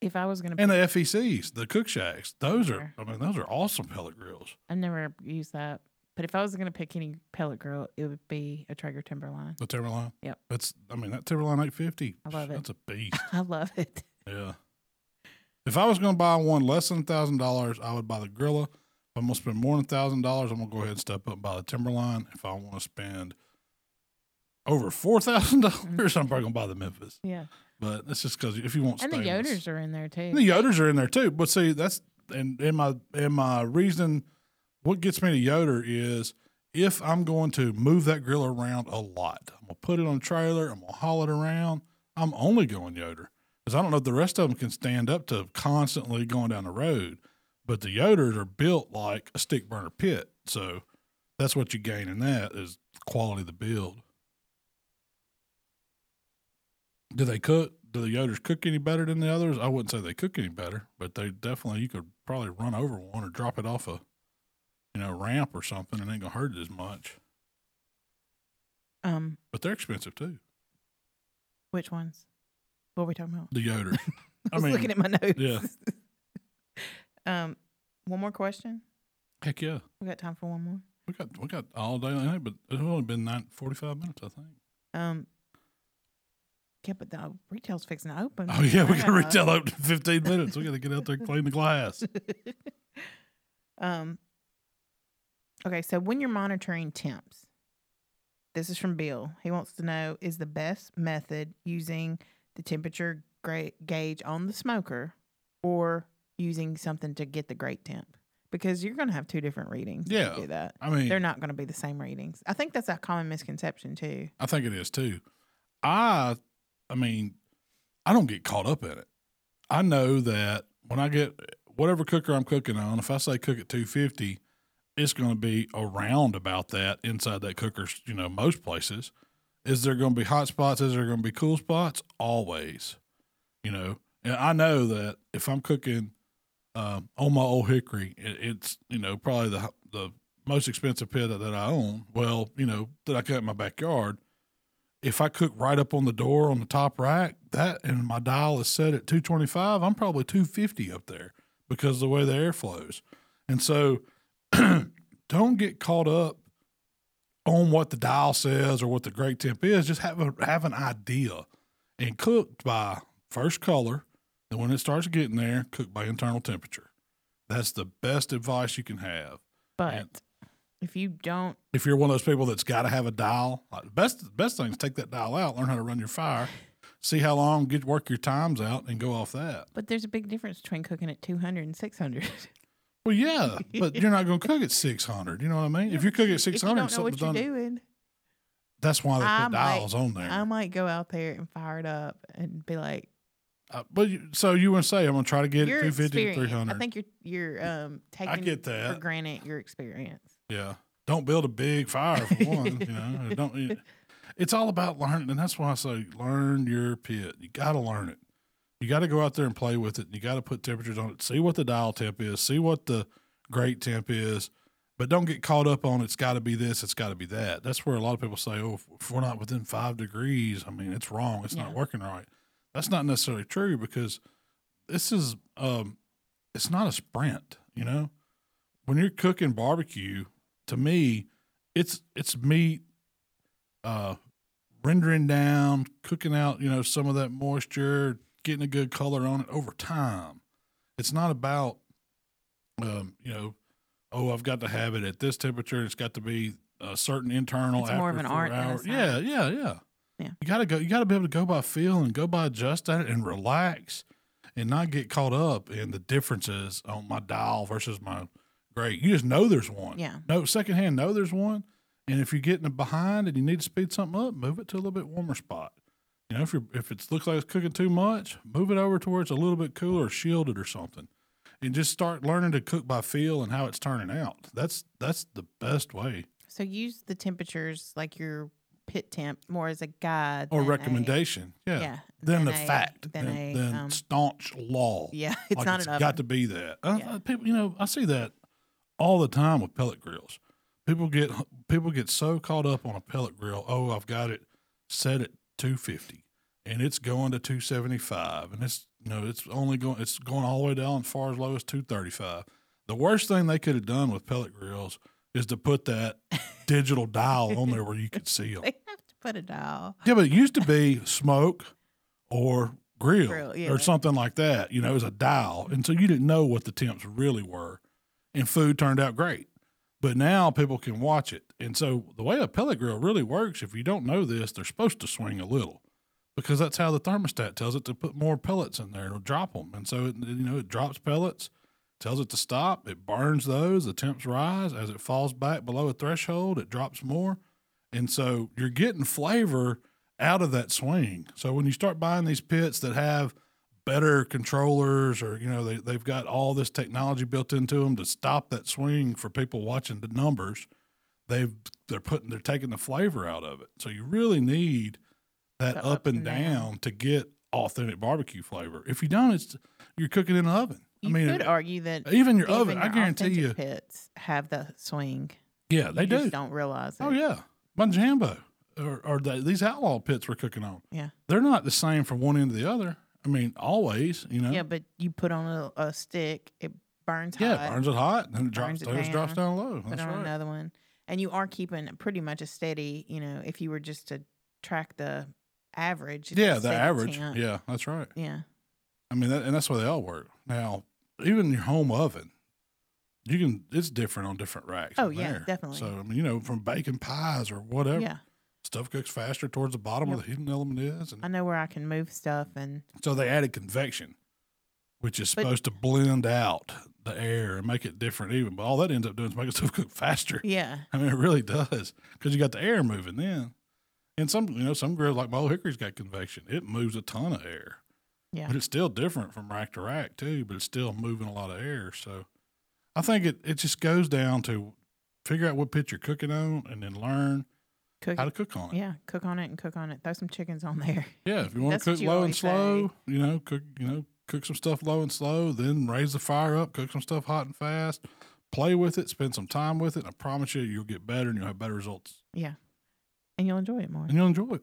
Speaker 3: if I was gonna,
Speaker 2: And the FECs, the cook shacks, those are
Speaker 3: Sure.
Speaker 2: I mean those are awesome pellet grills.
Speaker 3: I've never used that. But if I was gonna pick any pellet grill, it would be a
Speaker 2: [LAUGHS]
Speaker 3: Traeger Timberline.
Speaker 2: The Timberline,
Speaker 3: Yep.
Speaker 2: that's I mean that Timberline 850,
Speaker 3: I love it.
Speaker 2: That's a beast.
Speaker 3: I love it.
Speaker 2: yeah. If I was going to buy one less than thousand dollars, I would buy the Grilla. If I'm going to spend more than thousand dollars, I'm going to go ahead and step up and buy the Timberline. If I want to spend over four thousand dollars, I'm probably going to buy the Memphis.
Speaker 3: Yeah,
Speaker 2: But that's just because if you want
Speaker 3: Mm-hmm. and the
Speaker 2: stainless.
Speaker 3: Yoders are in there too.
Speaker 2: And the yoders are in there too. But see, that's and in my in my reason, what gets me to yoder is if I'm going to move that grill around a lot, I'm gonna put it on a trailer, I'm gonna haul it around. I'm only going yoder because I don't know if the rest of them can stand up to constantly going down the road. But the yoders are built like a stick burner pit, so that's what you gain in that is quality of the build. Do they cook? Do the Yoders cook any better than the others? I wouldn't say they cook any better, but they definitely you could probably run over one or drop it off a you know ramp or something and ain't gonna hurt it as much.
Speaker 3: um,
Speaker 2: But they're expensive too.
Speaker 3: which ones? What were we talking about? [LAUGHS]
Speaker 2: The Yoders. I
Speaker 3: I was
Speaker 2: mean,
Speaker 3: looking at my notes.
Speaker 2: yeah.
Speaker 3: [LAUGHS] um, one more question.
Speaker 2: heck yeah,
Speaker 3: We got time for one more.
Speaker 2: we got we got all day and night, but it's only been nine forty five minutes, I think.
Speaker 3: Um, yeah, but the retail's fixing to open.
Speaker 2: Oh yeah,
Speaker 3: [LAUGHS]
Speaker 2: we
Speaker 3: I
Speaker 2: got
Speaker 3: gotta-
Speaker 2: retail open in fifteen minutes. We got to get out there and clean the glass.
Speaker 3: [LAUGHS] um, okay, so when you're monitoring temps, this is from Bill. He wants to know is the best method using the temperature gra- gauge on the smoker or using something to get the grate temp? Because you're going to have two different readings. if you
Speaker 2: Yeah.
Speaker 3: do that.
Speaker 2: I mean,
Speaker 3: They're not going to be the same readings. I think that's a common misconception too.
Speaker 2: I think it is too. I, I mean, I don't get caught up in it. I know that when I get whatever cooker I'm cooking on, if I say cook at 250, it's going to be around about that inside that cooker's, you know, most places. Is there going to be hot spots? Is there going to be cool spots? Always, you know. And I know that if I'm cooking um, on my old hickory, it, it's you know probably the the most expensive pit that, that I own. Well, you know that I cut in my backyard. If I cook right up on the door on the top rack, that and my dial is set at 225, I'm probably 250 up there because of the way the air flows. And so [CLEARS THROAT] don't get caught up on what the dial says or what the great temp is. Just have a, have an idea and cook by first color. And when it starts getting there, cook by internal temperature. That's the best advice you can have
Speaker 3: But if you don't,
Speaker 2: if you're one of those people that's got to have a dial, like the best the best thing is take that dial out, learn how to run your fire, see how long, get work your times out, and go off that.
Speaker 3: but there's a big difference between cooking at 200 and 600.
Speaker 2: Well, yeah, but you're not going to cook at 600. You know what I mean? If you cook at
Speaker 3: [LAUGHS] If you
Speaker 2: 600,
Speaker 3: don't know
Speaker 2: something's
Speaker 3: what you're
Speaker 2: done.
Speaker 3: doing,
Speaker 2: That's why they put
Speaker 3: I might-
Speaker 2: dials on there.
Speaker 3: I might go out there and fire it up and be like,
Speaker 2: Uh, but you, so you want to say I'm going to try to get
Speaker 3: your
Speaker 2: it 250 to
Speaker 3: experience. I
Speaker 2: 300.
Speaker 3: think you're you're um taking
Speaker 2: get
Speaker 3: for
Speaker 2: that.
Speaker 3: granted your experience.
Speaker 2: yeah. Don't build a big fire for one. you know, Or don't. you- It's all about learning, and that's why I say learn your pit. You got to learn it. You got to go out there and play with it. You got to put temperatures on it. See what the dial temp is. See what the grate temp is. But don't get caught up on it's got to be this. It's got to be that. That's where a lot of people say, "Oh, if- if we're not within five degrees, I mean, it's wrong. It's not
Speaker 3: Yeah.
Speaker 2: working right." That's not necessarily true because this is um, it's not a sprint. You know, when you're cooking barbecue, to me, it's it's meat uh, rendering down, cooking out, you know, some of that moisture, getting a good color on it over time. It's not about, um, you know, oh, I've got to have it at this temperature. It's got to be a certain internal.
Speaker 3: It's more of
Speaker 2: after
Speaker 3: an
Speaker 2: four
Speaker 3: art than a
Speaker 2: hours. Yeah,
Speaker 3: science.
Speaker 2: yeah, yeah.
Speaker 3: Yeah.
Speaker 2: You gotta go. You gotta be able to go by feel and go by just that and relax, and not get caught up in the differences on my dial versus my grate. You just know there's one.
Speaker 3: Yeah.
Speaker 2: No secondhand. Know there's one. And if you're getting behind and you need to speed something up, move it to a little bit warmer spot. You know, if you're if it looks like it's cooking too much, move it over to where it's a little bit cooler, shielded or something, and just start learning to cook by feel and how it's turning out. That's that's the best way
Speaker 3: So use the temperatures like your pit temp more as a guide
Speaker 2: or
Speaker 3: than a-
Speaker 2: recommendation. yeah.
Speaker 3: yeah.
Speaker 2: Then the
Speaker 3: than a-
Speaker 2: fact.
Speaker 3: Than
Speaker 2: Than,
Speaker 3: a
Speaker 2: than
Speaker 3: um,
Speaker 2: staunch law.
Speaker 3: yeah, [LAUGHS] it's
Speaker 2: Like,
Speaker 3: not
Speaker 2: it's
Speaker 3: enough.
Speaker 2: got to be that. I,
Speaker 3: Yeah.
Speaker 2: I- people, you know, I see that all the time with pellet grills. People get people get so caught up on a pellet grill. Oh, I've got it set at two fifty, and it's going to two seventy five, and it's you know it's only going it's going all the way down as far as low as two thirty five. The worst thing they could have done with pellet grills is to put
Speaker 3: [LAUGHS]
Speaker 2: that digital dial on there where you could see them.
Speaker 3: they have to put a dial.
Speaker 2: Yeah, but it used to be smoke or grill,
Speaker 3: Grill, yeah.
Speaker 2: or something like that. You know, it was a dial. And so you didn't know what the temps really were. And food turned out great. But now people can watch it. And so the way a pellet grill really works, if you don't know this, they're supposed to swing a little because that's how the thermostat tells it to put more pellets in there. It'll drop them. And so, it, you know, it drops pellets, tells it to stop. It burns those. The temps rise. As it falls back below a threshold, it drops more. And so you're getting flavor out of that swing. So when you start buying these pits that have better controllers or, you know, they, they've got all this technology built into them to stop that swing for people watching the numbers, they've, they're putting, they're taking the flavor out of it. So you really need that
Speaker 3: The
Speaker 2: up and down to get authentic barbecue flavor. If you don't, it's, you're cooking in an oven.
Speaker 3: You
Speaker 2: I mean,
Speaker 3: could argue that
Speaker 2: even your
Speaker 3: even
Speaker 2: oven, I
Speaker 3: your
Speaker 2: guarantee
Speaker 3: authentic
Speaker 2: you.
Speaker 3: pits have the swing.
Speaker 2: Yeah, they
Speaker 3: you
Speaker 2: do.
Speaker 3: Just don't realize it.
Speaker 2: Oh yeah, my Jambo or, or the, these outlaw pits we're cooking on.
Speaker 3: Yeah.
Speaker 2: they're not the same from one end to the other. I mean, always, you know.
Speaker 3: Yeah, but you put on a, a stick, it burns
Speaker 2: Yeah,
Speaker 3: hot.
Speaker 2: it burns it hot, and then it drops,
Speaker 3: Burns it
Speaker 2: down, it drops down low.
Speaker 3: put
Speaker 2: That's
Speaker 3: on
Speaker 2: right.
Speaker 3: another one, and you are keeping pretty much a steady. You know, if you were just to track the average. it's a
Speaker 2: Yeah, the
Speaker 3: steady
Speaker 2: average.
Speaker 3: temp.
Speaker 2: Yeah, that's right.
Speaker 3: Yeah.
Speaker 2: I mean, that, and that's why they all work. Now, even your home oven, you can. It's different on different racks.
Speaker 3: Oh,
Speaker 2: in
Speaker 3: yeah,
Speaker 2: there.
Speaker 3: definitely.
Speaker 2: So I mean, you know, from baking pies or whatever,
Speaker 3: Yeah.
Speaker 2: stuff cooks faster towards the bottom where
Speaker 3: Yep.
Speaker 2: the hidden element is, and
Speaker 3: I know where I can move stuff and
Speaker 2: So they added convection, which is
Speaker 3: But-
Speaker 2: supposed to blend out the air and make it different even. But all that ends up doing is [LAUGHS] making stuff cook faster.
Speaker 3: yeah.
Speaker 2: I mean, it really does because you got the air moving then. And some, you know, some grills like my old hickory's got convection. It moves a ton of air,
Speaker 3: Yeah.
Speaker 2: but it's still different from rack to rack too. But it's still moving a lot of air. So I think it it just goes down to figure out what pit you're cooking on and then learn
Speaker 3: Cook
Speaker 2: how to cook on it.
Speaker 3: yeah, cook on it and cook on it. Throw some chickens on [LAUGHS] there.
Speaker 2: Yeah, if you want to
Speaker 3: That's what
Speaker 2: cook
Speaker 3: you
Speaker 2: low and
Speaker 3: always say.
Speaker 2: slow, you know, cook you know, cook some stuff low and slow, then raise the fire up, cook some stuff hot and fast, play with it, spend some time with it, and I promise you you'll get better and you'll have better results.
Speaker 3: Yeah. And you'll enjoy it more.
Speaker 2: And you'll enjoy it.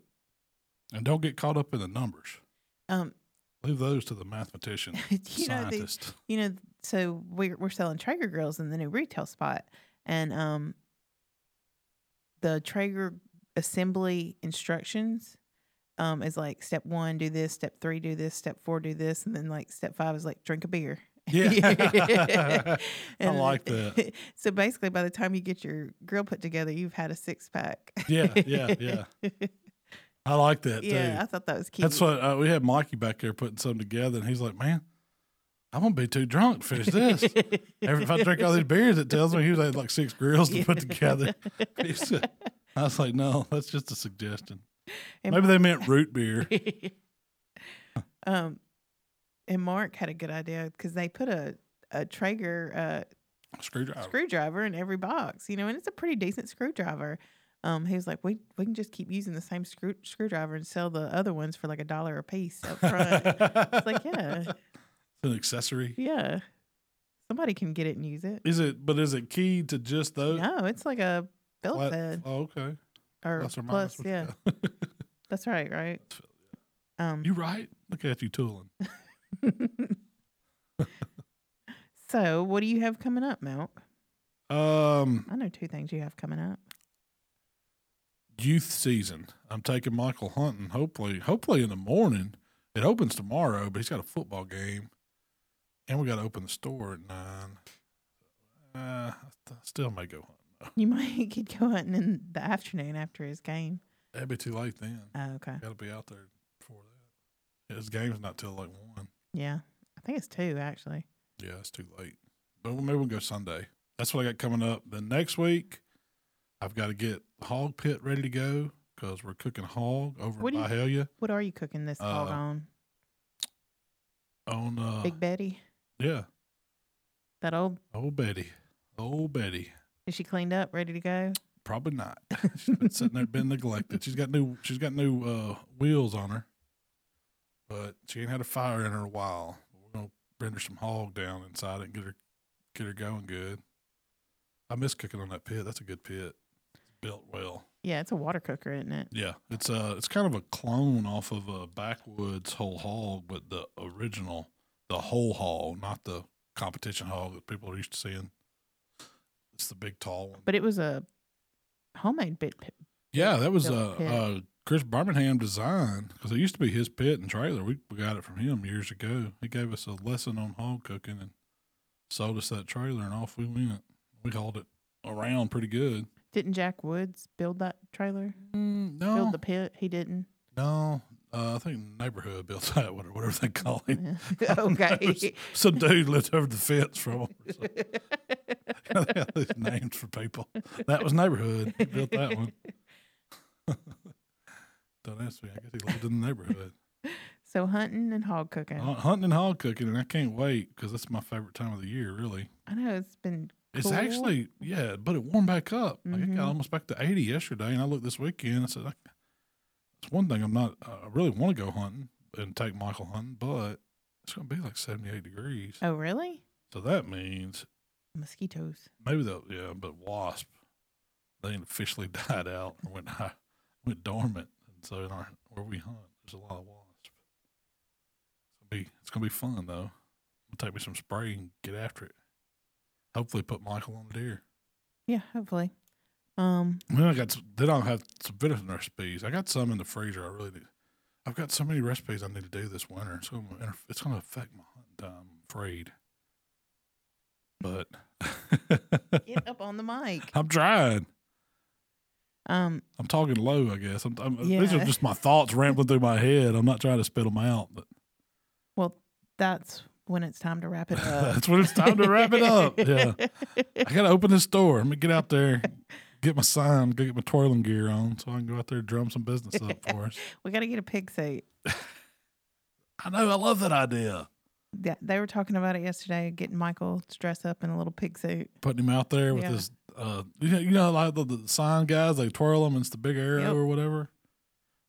Speaker 2: And don't get caught up in the numbers.
Speaker 3: Um [LAUGHS]
Speaker 2: Leave those to the mathematician
Speaker 3: you know the, [LAUGHS]
Speaker 2: scientist.
Speaker 3: you know so we're we're selling Traeger grills in the new retail spot and um the Traeger assembly instructions um is like step 1 do this, step 3 do this, step 4 do this and then like step 5 is like drink a beer. [LAUGHS]
Speaker 2: Yeah. [LAUGHS] I
Speaker 3: And-
Speaker 2: like that.
Speaker 3: [LAUGHS] So basically by the time you get your grill put together, you've had a six pack.
Speaker 2: yeah, yeah, yeah.
Speaker 3: [LAUGHS]
Speaker 2: I like that
Speaker 3: yeah,
Speaker 2: too.
Speaker 3: I thought that was cute.
Speaker 2: That's what uh, we had Mikey back there putting something together, and he's like, "Man, I'm gonna be too drunk to finish
Speaker 3: [LAUGHS]
Speaker 2: this. Every, if I drink all these beers, it tells me he was ate like six grills to put
Speaker 3: [LAUGHS]
Speaker 2: together. He said- I was like, no, that's just a suggestion.
Speaker 3: And-
Speaker 2: Maybe they meant root
Speaker 3: [LAUGHS]
Speaker 2: beer.
Speaker 3: um, and Mark had a good idea because they put a a Traeger uh,
Speaker 2: Screwdriver.
Speaker 3: screwdriver in every box, you know, and it's a pretty decent screwdriver. Um, he was like, we we can just keep using the same screw screwdriver and sell the other ones for like a dollar a piece
Speaker 2: [LAUGHS]
Speaker 3: up front.
Speaker 2: it's
Speaker 3: like, yeah.
Speaker 2: an accessory.
Speaker 3: yeah, somebody can get it and use it.
Speaker 2: Is it? But is it keyed to just those?
Speaker 3: No, it's like a belt
Speaker 2: Flat-
Speaker 3: bed
Speaker 2: Oh, okay.
Speaker 3: or
Speaker 2: Plus or minus.
Speaker 3: plus,
Speaker 2: what you [LAUGHS]
Speaker 3: yeah,
Speaker 2: got.
Speaker 3: that's right, right. Um,
Speaker 2: you right? Look at you tooling.
Speaker 3: so what do you have coming up, Malk?
Speaker 2: Um,
Speaker 3: I know two things you have
Speaker 2: [LAUGHS]
Speaker 3: coming up.
Speaker 2: youth season. I'm taking Michael hunting. Hopefully, hopefully in the morning. It opens tomorrow, but he's got a football game, and we got to open the store at nine. Uh, I st- still may go hunting.
Speaker 3: You might [LAUGHS] could go hunting in the afternoon after his game.
Speaker 2: That'd be too late then.
Speaker 3: Oh, okay.
Speaker 2: Got to be out there before that. His game's not till like one.
Speaker 3: Yeah. I think it's two actually.
Speaker 2: Yeah, it's too late. But maybe we'll go Sunday. That's what I got coming up. Then next week, I've got to get hog pit ready to go because we're cooking hog over
Speaker 3: What
Speaker 2: at
Speaker 3: do you-
Speaker 2: Byhalia
Speaker 3: What are you cooking this hog
Speaker 2: Uh,
Speaker 3: on?
Speaker 2: on uh
Speaker 3: Big Betty?
Speaker 2: yeah
Speaker 3: That old
Speaker 2: old Oh, Betty, old Betty.
Speaker 3: is she cleaned up, ready to go?
Speaker 2: Probably not. She's been sitting there, been neglected. She's got new, she's got new uh, wheels on her, but she ain't had a fire in her a while. We're gonna render some hog down inside it and get her, get her going good. I miss cooking on that pit. That's a good pit. It's built well.
Speaker 3: Yeah, it's a water cooker, isn't it?
Speaker 2: Yeah, it's uh it's kind of a clone off of a backwoods whole hog, but the original, the whole hog, not the competition hog that people are used to seeing. It's the big tall one.
Speaker 3: But it was a homemade bit p-
Speaker 2: Yeah, that was uh,
Speaker 3: built pit.
Speaker 2: uh Chris Birmingham design because it used to be his pit and trailer. We we got it from him years ago. He gave us a lesson on hog cooking and sold us that trailer, and off we went. We hauled it around pretty good.
Speaker 3: Didn't Jack Woods build that trailer?
Speaker 2: Mm, no,
Speaker 3: Build the pit?
Speaker 2: [LAUGHS]
Speaker 3: He didn't. [LAUGHS]
Speaker 2: No, uh, I think neighborhood built [LAUGHS] that one or whatever they call it.
Speaker 3: Yeah.
Speaker 2: I don't know,
Speaker 3: okay.
Speaker 2: s- [LAUGHS] Some dude lived over the fence from 'em or something. [LAUGHS] They have these names for people. That was neighborhood. He built that one. [LAUGHS] Don't ask me. I guess he lived in the neighborhood.
Speaker 3: so hunting and hog cooking.
Speaker 2: Hun- Hunting and hog cooking, and I can't wait because that's my favorite time of the year, really.
Speaker 3: I know it's been
Speaker 2: It's
Speaker 3: Cool.
Speaker 2: actually, yeah, but it warmed back up. Like it
Speaker 3: Mhm.
Speaker 2: got almost back to 80 yesterday, and I looked this weekend. I said, I, it's one thing I'm not, I really want to go hunting and take Michael hunting, but it's going to be like 78 degrees.
Speaker 3: Oh really?
Speaker 2: So that means
Speaker 3: Mosquitoes.
Speaker 2: maybe they'll, yeah, but wasp, they ain't officially [LAUGHS] died out or went, high, went dormant. And so in our, where we hunt, there's a lot of wasp. It's going to be, it's gonna be fun, though. I'm going to take me some spray and get after it. Hopefully, put Michael on a deer.
Speaker 3: Yeah, hopefully. Um
Speaker 2: Then I got s- then I'll have some venison recipes. I got some in the freezer. I really need. I've got so many recipes I need to do this winter. It's gonna interf- it's gonna affect my hunting time. I'm afraid, but [LAUGHS]
Speaker 3: get up on the mic.
Speaker 2: I'm trying.
Speaker 3: [LAUGHS] Um
Speaker 2: I'm talking low. I guess. I'm, I'm, These are
Speaker 3: Yeah.
Speaker 2: just my thoughts rambling through my head. I'm not trying to spit them out, but
Speaker 3: well that's when it's time
Speaker 2: [LAUGHS]
Speaker 3: to wrap it up.
Speaker 2: that's when it's time to wrap it
Speaker 3: [LAUGHS]
Speaker 2: up. Yeah, I gotta open this store. I'm gonna get out there, get my sign, go get my twirling gear on, so I can go out there and drum some business up for
Speaker 3: [LAUGHS]
Speaker 2: us.
Speaker 3: we gotta get a pig suit.
Speaker 2: I know. I love that idea.
Speaker 3: That- They were talking about it yesterday, getting Michael to dress up in a little
Speaker 2: [LAUGHS]
Speaker 3: pig suit. [LAUGHS]
Speaker 2: putting him out there with
Speaker 3: Yeah.
Speaker 2: his, uh, you know, you know, like the, the sign guys, they twirl them. It's the big arrow
Speaker 3: Yep.
Speaker 2: or whatever.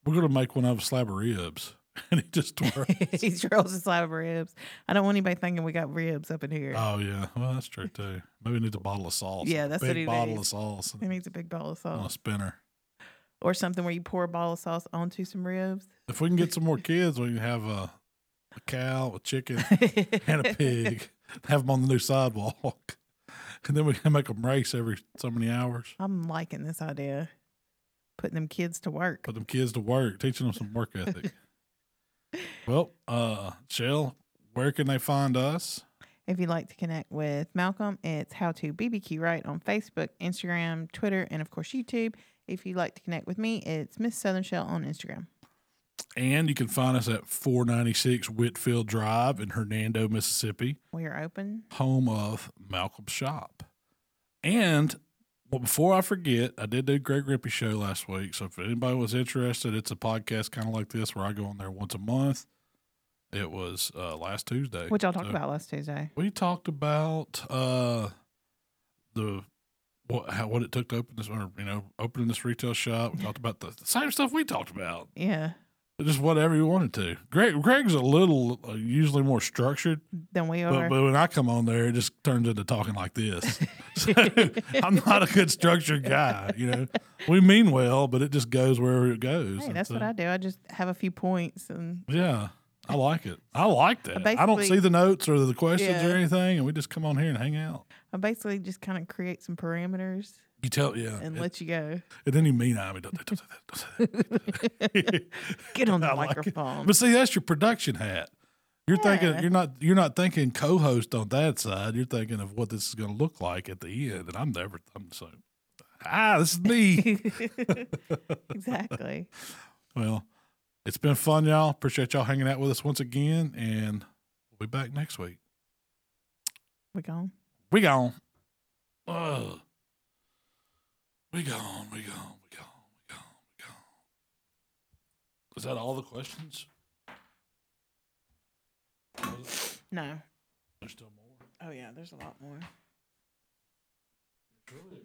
Speaker 2: We're gonna make one of a slab of ribs, [LAUGHS] and he just
Speaker 3: [LAUGHS]
Speaker 2: twirls.
Speaker 3: he twirls his slab of ribs. I don't want anybody thinking we got ribs up in here.
Speaker 2: oh yeah, well that's true too. Maybe needs a bottle of sauce.
Speaker 3: Yeah,
Speaker 2: a
Speaker 3: that's
Speaker 2: big
Speaker 3: what he
Speaker 2: bottle of
Speaker 3: needs.
Speaker 2: sauce
Speaker 3: he
Speaker 2: and
Speaker 3: needs a big bowl of
Speaker 2: on a
Speaker 3: sauce.
Speaker 2: spinner.
Speaker 3: Or something where you pour a ball of sauce onto
Speaker 2: [LAUGHS]
Speaker 3: some ribs.
Speaker 2: If we can get some more kids, we can have a, a cow, a chicken, and a pig. have them on the new sidewalk, and then we can make them race every so many hours.
Speaker 3: I'm liking this idea. Putting them kids to work.
Speaker 2: put them kids to work, teaching them some work ethic. well, uh, Shell, where can they find us?
Speaker 3: If you'd like to connect with Malcolm, it's How to BBQ Right on Facebook, Instagram, Twitter, and of course YouTube. If you'd like to connect with me, it's Miss Southern Shell on Instagram.
Speaker 2: And you can find us at 496 Whitfield Drive in Hernando, Mississippi,
Speaker 3: We are open.
Speaker 2: home of Malcolm's Shop. And well, before I forget, I did do Greg Rippey show last week. So if anybody was interested, it's a podcast kind of like this where I go on there once a month. It was uh, last Tuesday.
Speaker 3: What y'all talked
Speaker 2: So-
Speaker 3: about last Tuesday?
Speaker 2: we talked about uh the what how what it took to open this or you know opening this retail shop. We talked about the, the same stuff we talked about,
Speaker 3: Yeah,
Speaker 2: just whatever you wanted to. Greg Greg's a little uh, usually more structured,
Speaker 3: then we
Speaker 2: but
Speaker 3: are.
Speaker 2: but when I come on there, it just turns into talking like
Speaker 3: [LAUGHS]
Speaker 2: this. [LAUGHS] So, I'm not a good structured guy. You know, we mean well, but it just goes wherever it goes.
Speaker 3: hey,
Speaker 2: And
Speaker 3: that's
Speaker 2: so-
Speaker 3: what I do. I just have a few points and
Speaker 2: yeah. I like it. I like that. I don't
Speaker 3: basically-
Speaker 2: see the notes or the questions
Speaker 3: Yeah.
Speaker 2: or anything, and we just come on here and hang out.
Speaker 3: I basically just kind of create some parameters
Speaker 2: You tell, yeah.
Speaker 3: and
Speaker 2: it-
Speaker 3: let you go.
Speaker 2: And then you mean I mean, don't, don't, say that, don't say that. [LAUGHS]
Speaker 3: Get on the
Speaker 2: I like it.
Speaker 3: microphone.
Speaker 2: but see, that's your production hat. You're thinking
Speaker 3: Yeah.
Speaker 2: you're not you're not thinking co-host on that side. You're thinking of what this is going to look like at the end, and I'm never. I'm so ah, this is me.
Speaker 3: [LAUGHS]
Speaker 2: [LAUGHS]
Speaker 3: exactly.
Speaker 2: well, it's been fun, y'all. Appreciate y'all hanging out with us once again, and we'll be back next week.
Speaker 3: We gone.
Speaker 2: We gone. Ugh. We gone. We gone. We gone. We gone. We gone. Is that all the questions? Was it-
Speaker 3: No.
Speaker 2: There's still more.
Speaker 3: Oh yeah, there's a lot more.
Speaker 2: Really?